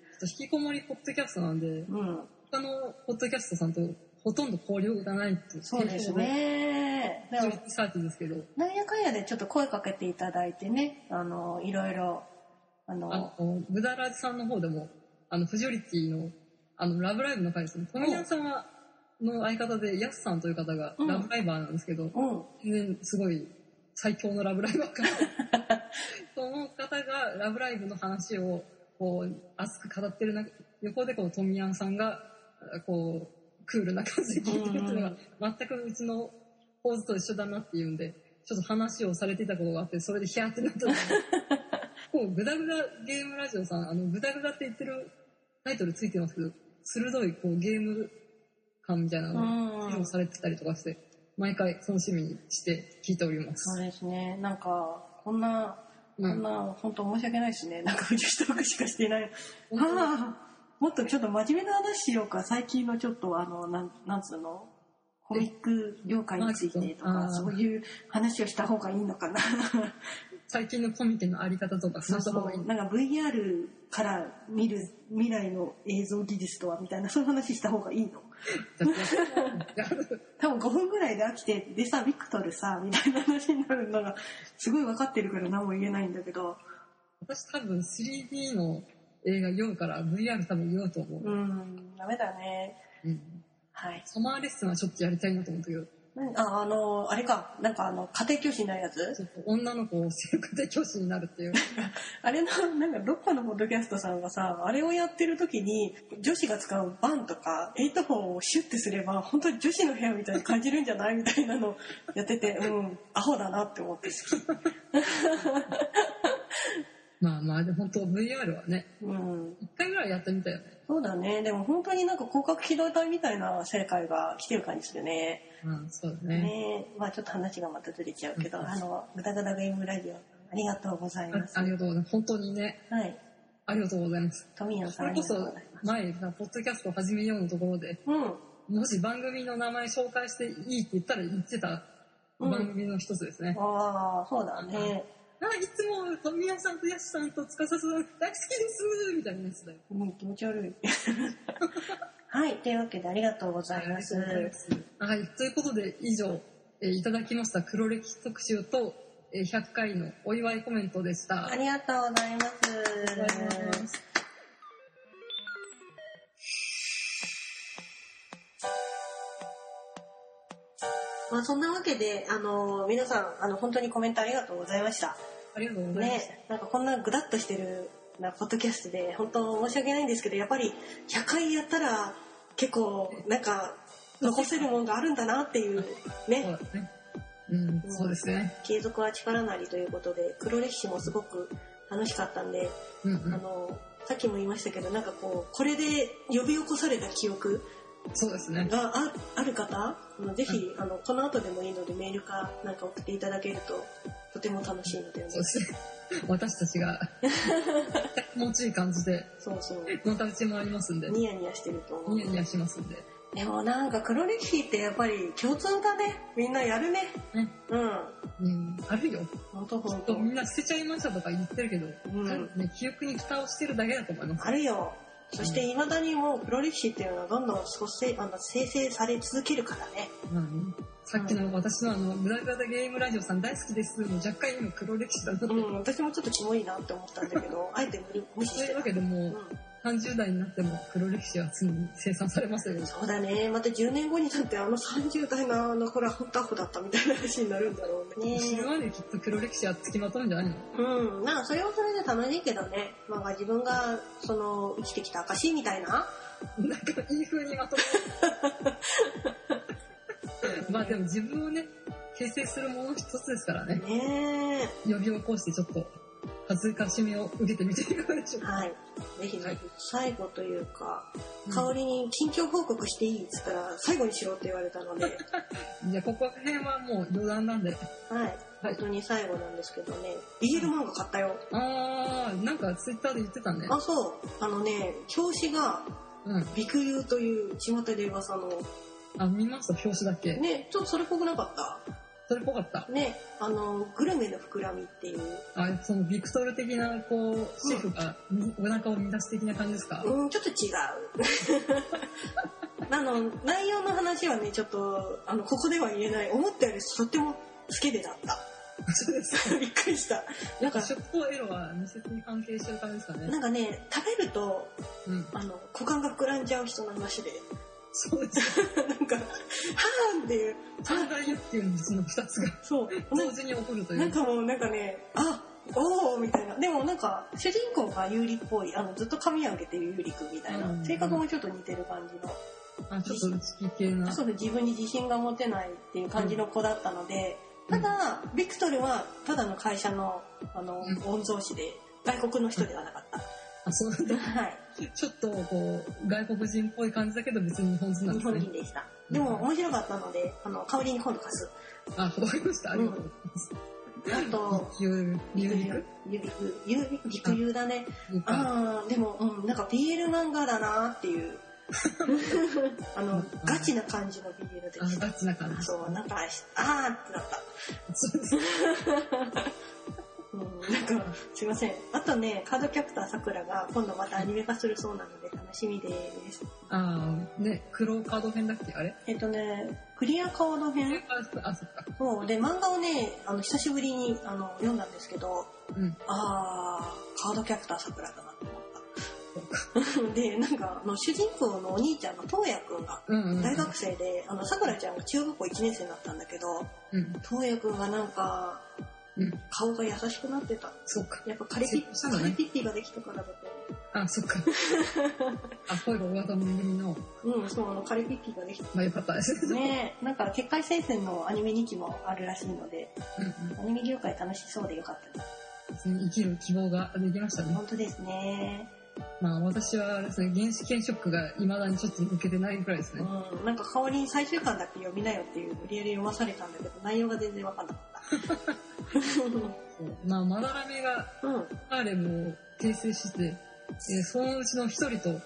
きこもりポッドキャストなんで、
うん、
他のポッドキャストさんとほとんど交流がないと
そうです。ね。で
非常
も
にサーチですけど、
なんやかんやでちょっと声かけていただいてね、あの、いろいろ、あの、
あの、無駄ラジさんの方でも、あの、フジョリティの、あの、ラブライブの回ですね。富谷さんは、の相方で、ヤスさんという方が
うん
ラブライバーなんですけど、
うん、
全然すごい最強のラブライバーかなと思う方がラブライブの話をこう熱く語ってる中横でこうトミヤンさんがあこうクールな感じで聞いてるっていう
う
の
ん
が全くうちの構図と一緒だなっていうんでちょっと話をされていたことがあってそれでヒャーってなったのでこうグダグダゲームラジオさんあのグダグダって言ってるタイトルついてますけど鋭いこうゲーム感みたいなのが
うん
披露されてたりとかして毎回楽しみにして聞いておりま
そ
す。
うですね。なんか、こんな、
う
こ
ん
んな、本当申し訳ないですね。なんか、うち一人しかしていない。
本当に
はあ、もっとちょっと真面目な話しようか。最近のちょっと、あの、なん、なんつうのコミック業界についてと
えあ
か、
ー
そういう話をした方がいいのかな。
最近のコミケのあり方とかそうした方がいい。
なんか VR から見る未来の映像技術とはみたいな、そういう話した方がいいの。多分5分ぐらいで飽きて、でさ、ビクトルさ、みたいな話になるのが、すごい分かってるから何も言えないんだけど、
私多分 3D の映画読むから VR 多分言おうと思う。
うん、ダメだね。
うん
はい。
サマーレッスンはちょっとやりたいなと思ったけど、
なんあ、あの、あれか、なんかあの、家庭教師になるや
ち
つ
ょっと女の子を生活で教師になるって いう。
あれの、なんかどっかのポッドキャストさんがさ、あれをやってる時に、女子が使うバンとか、エイトフォンをシュッてすれば、本当に女子の部屋みたいに感じるんじゃないみたいなの やってて、うん、アホだなって思って好き。
まあまあ、でも本当 VR はね、
うん。
一回ぐらいやってみたよね。
そうだね。でも本当になんか広角機動隊みたいな世界が来てる感じするね。
うん、そうだね。
ねまあちょっと話がまたずれちゃうけど、
うん
あの、ぐだぐだゲームラジオ、ありがとうございます。
あありがとうございます。本当にね、
はい。
ありがとうございます。
富谷
そ
さん、あ
れ
り
こ
がと
そ
うございます。
前、ポッドキャストを始めようのところで、
うん。
もし番組の名前紹介していいって言ったら言ってた
うん
番組の一つですね。
ああ、そうだね。
あ、いつも富谷さんとヤシさんと司さん大好きですみたいなやつだよ。
うん、気持ち悪い。はい、というわけでありがとうございます。
はい、ということで以上、えーいただきました黒歴史特集と、えー100回のお祝いコメントでした。
ありがとうございま。
ありがとうございますす。
まあ、そんなわけで、あの、皆さん、あの、本当にコメントありがとうございました。
ありがとうございま
ね
す。、
なんかこんなぐだっとしてる、な、ポッドキャストで、本当申し訳ないんですけど、やっぱり、100回やったら、結構、なんか、残せるもんがあるんだなっていう、
そ
ね、
うですね。うん、そうですね。
継続は力なりということで、黒歴史もすごく楽しかったんで、
うん、う
あ
ん、
のさっきも言いましたけどなんかこうこれで呼び起こされた記憶
そうですね。
があある方あのぜひ、あのこの後でもいいのでメールかなんか送っていただけるととても楽しいので
そして、 私たち が、気持ちいい感じで、
そうそう
のたうちもありますんで、
ニヤニヤしてると思う
ニヤニヤしますんで。
でもなんか黒歴史ってやっぱり共通だねみんなやるね
ね
うん
うん、あるよ。
本当本
と
当
みんな捨てちゃいましたとか言ってるけど、
うん
多分ね、記憶に蓋をしてるだけだと思います。
あるよそしていまだにもう黒歴史っていうのはどんどん蘇生あの生成され続けるからね
うんさっきの私のあの、無駄型ゲームラジオさん大好きです。もう若干今黒歴史だなと。
うん私もちょっとキモいなって思ったんだけどあえて無理無視
そ
し
うい
て
う
た
わけでもう、
うん
30代になっても黒歴史は常に生産されますよ。
そうだね。また10年後になってあの30代のあの頃は本当アホだったみたいな話になるんだろうね。
死ぬまできっと黒歴史はつきまとうんじゃないの
うん。まあそれはそれで楽しいけどね。まあ自分がその生きてきた証みたいな。
なんかいい風に まとめまあでも自分をね、形成するもの一つですからね。
ね
呼び起こしてちょっと、恥ずかしみを受けてみていかがでしょう
え。
か。
はい。ぜひぜ
はい
ひ最後というか、
うん
香りに近況報告していいっつったら最後にしろって言われたので、はい。
じゃあ、ここら辺はもう余談なんで。
本当に最後なんですけどね。ビール漫画買ったよ。
あー、なんかツイッターで言ってたね。
あ、そう。あのね、表紙が
うん。
ビクユーという巷で噂の。
あ、見ました表紙だっけ、
ね、ちょっとそれっぽくなかった
それっぽかった。
ね、あの、グルメの膨らみっていう。
あ、そのビクトル的な、こう、シェフが、お腹を満たす的な感じですか、
うん、ちょっと違う。 あの、内容の話はね、ちょっと、あの、ここでは言えない。思ったよりとってもスケベだった。
そうです。
びっくりした。
なんか、食とエロは密接に関係してる感じですかね
な。んかね、食べると、
うん。
あの、股間が膨らんじゃう人の話で、
そうです。
なんか、はーんっていう、
三大欲求のうちの二つが
そう、
同時に起こるとい
なん
う。
かもうなんかね、あおーみたいな。でもなんか、主人公が有利っぽい、あの、ずっと髪上げてる有利くんみたいな、
うん
性格もちょっと似てる感じの、
あ、ちょっと内気系な。
そうそう自分に自信が持てないっていう感じの子だったので、ただ、ビクトルはただの会社の、あの、
うん
御曹司で、外国の人ではなかった。
あ、そうだ。
はい。
ちょっと、こう、外国人っぽい感じだけど別に日本人なん
日
です
本
ね
人。でした。
うん
でも面白かったので、あの、香りに今度貸す。
あ、わかりました。ありがとうござい
あと
ます。ゆ、ゆりく
ゆりく、ゆりく、陸遊だね。
ゆか。
ああでも、うん、なんか BL 漫画だなっていう あのガチな感じの BL で
あ、
し
ガチな感
た
じ。
そうなんかあーってなった、
そうです。
うん、なんかすいませんあとねカードキャプターさくらが今度またアニメ化するそうなので楽しみです
あー、ね、黒カード編だっけあれ
えっとねクリアカード編
あ、そっか。
そうで漫画をねあの久しぶりにあの読んだんですけど
うん。
あーカードキャプターさくらだなって思ったでなんかあの主人公のお兄ちゃんのとうやくんが
うんうん。
大学生で、あの、さくらちゃんが中学校1年生になったんだけど、
うん。
とうやくんがなんか、
うん
顔が優しくなってた。
そうか。
やっぱカレピ
そ
ッ、
うだ
カ
ね
レピッティができたからだと
あ、そっ か。あ、声が大型の組の、
思う。うん、そう、あの、カレピッティが できた。
まあよかったです。
ねえ、なんか、結界戦線のアニメ2期もあるらしいので、
うんうん
アニメ業界楽しそうでよかったです。
別に生きる希望ができましたね。
本当ですね。
まあ私はですね、原始系ショックが未だにちょっと抜けてないぐらいです
う
ね。
ん、なんか、かおりに最終巻だけ読みなよっていう、無理やり読まされたんだけど、内容が全然わかんなか った。
まあまだらめが
うん。
ハーレムを訂正して、えーそのうちの一人と、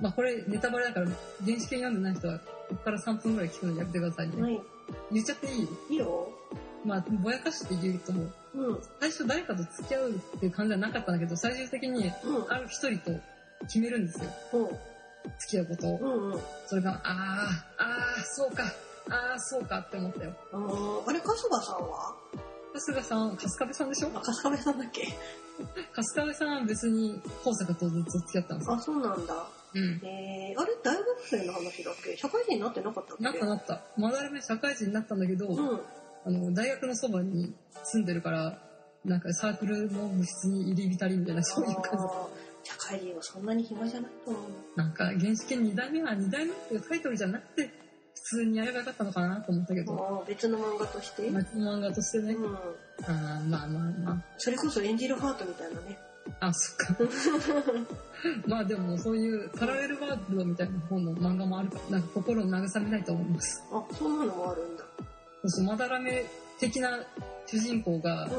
まあこれネタバレだから、原始系読んでない人は、ここから3分ぐらい聞くのやめてくださいね。
はい。
言っちゃっていい
いいよ。
まあ、ぼやかして言うと、
うん。うん。
最初誰かと付き合うっていう感じはなかったんだけど、最終的にある一人と決めるんですよ。付き合うことを。
うん。うん。
それが、あー、あー、そうか、あー、そうかって思ったよ。
あのーあれ、春日さんは
春日さん、春日部さんでしょ
あ、春日部さんだっけ
春日部さんは別に高坂とずっと付き合ったんですよ。
あ、そうなんだ。
うん。
えー、あれ、大学生の話だっけ社会人になってなかったっけ
なったなった。まだらめ社会人になったんだけど、
うん。
あの、大学のそばに住んでるから、なんかサークルの部室に入り浸りみたいな、そういう感じ。
あー社会人はそんなに暇じゃないと思う。
なんか、原始圏2代目は2代目っていうタイトルじゃなくて、普通にやればよかったのかなと思ったけど、
あー別の漫画として、
夏の漫画としてね、
うん。
あーまあまあまあ、
それこそエンジェルハートみたいなね。
あ、そっか。 まあでもそういうパラレルワールドみたいな本の漫画もあるから、なんか心を慰めたいと思います。
あ、そんなのもあるんだ。
そうそう、まだらめ的な主人公が、
うん。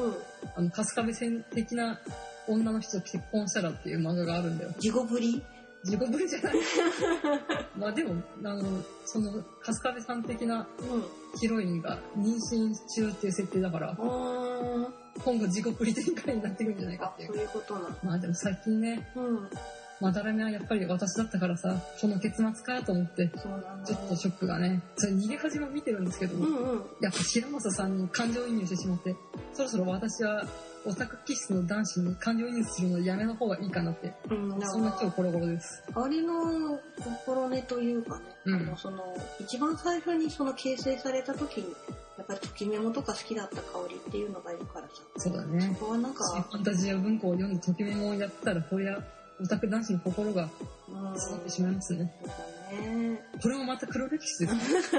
あの、春日部線的な女の人と結婚したらっていう漫画があるんだよ。
地獄ぶり
自己分じゃない。 まあでも、あの、その、春日部さん的な
うん。
ヒロインが妊娠中っていう設定だから、
うーん。
今後地獄リ展開になってくるんじゃないか
あ
っ、てい
そう
う。
いうことなの。
まあでも最近ね、
うん。
まだらめはやっぱり私だったからさ、その結末かと思って、
そうなん
ちょ
だ
っと。ショックがね、それ逃げ恥も見てるんですけど、
うんうん。
やっぱ平正さんに感情移入してしまって、そろそろ私はオタク気質の男子に感情移入するのやめの方がいいかなって、
うん、
そんな今日コロコロです。
あれの心根というかね、
うん
あのその一番最初にその形成された時にやっぱりときめもとか好きだった香りっていうのがいるからさ
そうだね。
ここはなん
フ
か、
ァンタジア文庫を読んでときめもをやってたら、こりゃオタク男子の心が
うん
伝
そ
わ
う
ってしまいますね。
だね
これもまた黒歴史です。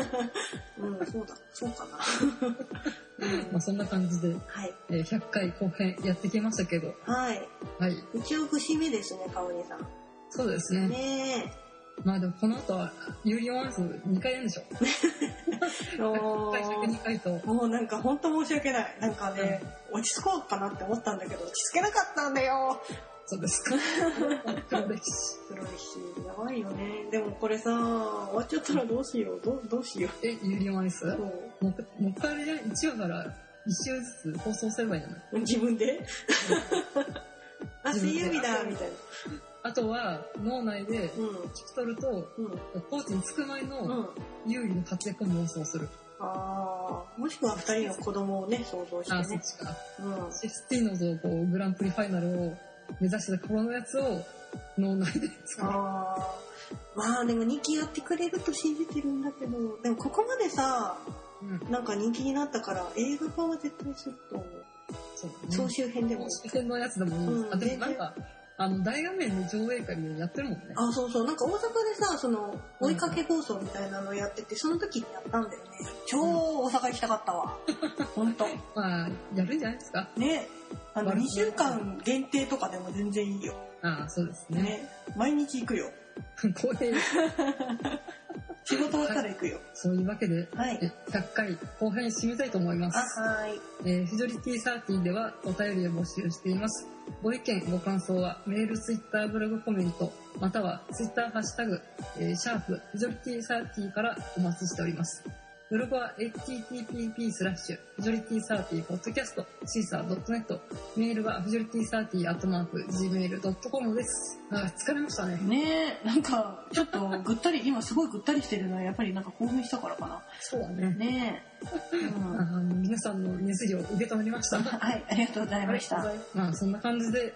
うんそうだそうかな、うん
まあそんな感じで、
はい
えー100回後編やってきましたけど、
はい
はい。
一応節目ですね香りさん
そうですね。
ね
まあでもこの後は、ユーリオンワンス2回やるんでしょ
え
1
も
回102回と、
うもうなんか本当申し訳ないなんかね、落ち着こうかなって思ったんだけど落ち着けなかったんだよ
そうですか。黒歴史。
黒いし、やばいよね。でもこれさ、終わっちゃったらどうしよう。どうどうしよ
え、ゆりまです
う。
も
そう
う、もう一回あれじゃない ?1 話から1週ずつ放送すればいいんじゃない
自分であ、
自分
水
で
曜日だ、みたいな。
あとは、脳内で
う
聞き取ると、
ん。うん。
コーチにつく前
う
の
ん。
有利の活躍を妄想する。
ああ、もしくは二人の子供をね、想像
あ、
し
そ
て
っ
ね。
ちか。
うん。
シェスティーノとこうグランプリファイナルを目指してた頃のやつを脳内で作る。
ああ、まあでも人気やってくれると信じてるんだけど、でもここまでさ、
うん、
なんか人気になったから、映画化は絶対ちょっと、
そうだね。
総集編でも。
視線のやつでもいいんです、
うん
あでもなんかあの大画面で上映会でやってるもんね
あ、そうそう、なんか大阪でさ、その、追いかけ放送みたいなのやってて、その時にやったんだよね。超大阪行きたかったわ。ほんと。
まあやるんじゃないですか
ね。あの、
悪いね
2週間限定とかでも全然いいよ。
ああそうですね
ね。毎日行くよ。
公平
仕事終わったら行くよ。
そういうわけで
はい。
え100回後編締めたいと思いま
あ、
す、
はい。
えーフジョリティサーティではお便りを募集していますご意見ご感想はメールツイッターブログコメントまたはツイッターハッシュタグ、えーシャープフジョリティサーティからお待ちしておりますブログは http スラッシュ、フジョリティサーティポッドキャスト、シーサー .net、メールはフジョリティサーティアットマーク、gmail.com です。あ、疲れましたね。
ねえ、なんか、ちょっとぐったり、今すごいぐったりしてるのは、やっぱりなんか興奮したからか
そうだ
な。
ね。
ねえ。うん、
あの皆さんの熱意を受け止めました。
はい、ありがとうございました。は
まあ、そんな感じで、
い、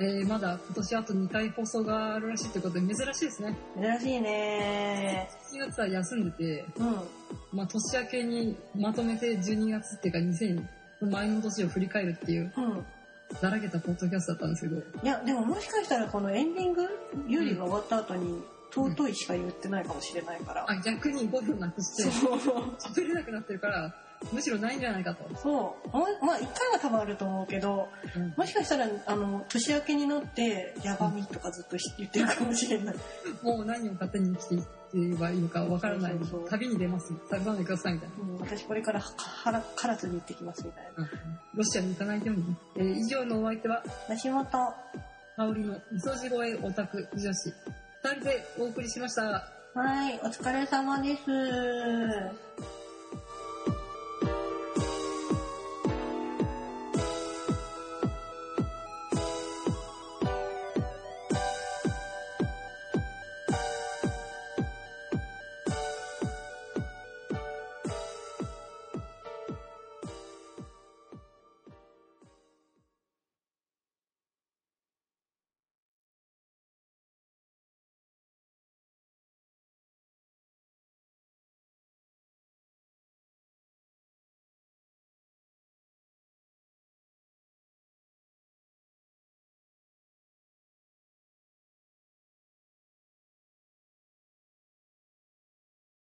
えーまだ今年あと2回放送があるらしいということで、珍しいですね。
珍しいね
7月は休んでて、
うん。
まあ、年明けにまとめて12月っていうか2000、前の年を振り返るっていう、
うん。
だらけたポッドキャストだったんですけど、
いや、でももしかしたらこのエンディング、ゆりが終わった後に、尊いしか言ってないかもしれないから。
あ、逆に5分なくして、
そう。
喋れなくなってるから、むしろないんじゃないかと。
そう。もうまあ、一回は多分あると思うけど、
うん
もしかしたら、あの、年明けになって、やばみとかずっと言ってるかもしれない。
もう何を勝手に生きていってばいいのかわからない
そうそうそ。う
旅に出ます。探さないでください、みたいな。
うん、私これからはカラスに行ってきますみたいな。
うんロシアに行かないように。えー以上のお相手は、
梨本、は
香りのみそじ声オタク女子。二人でお送りしました。
い、お疲れ様です。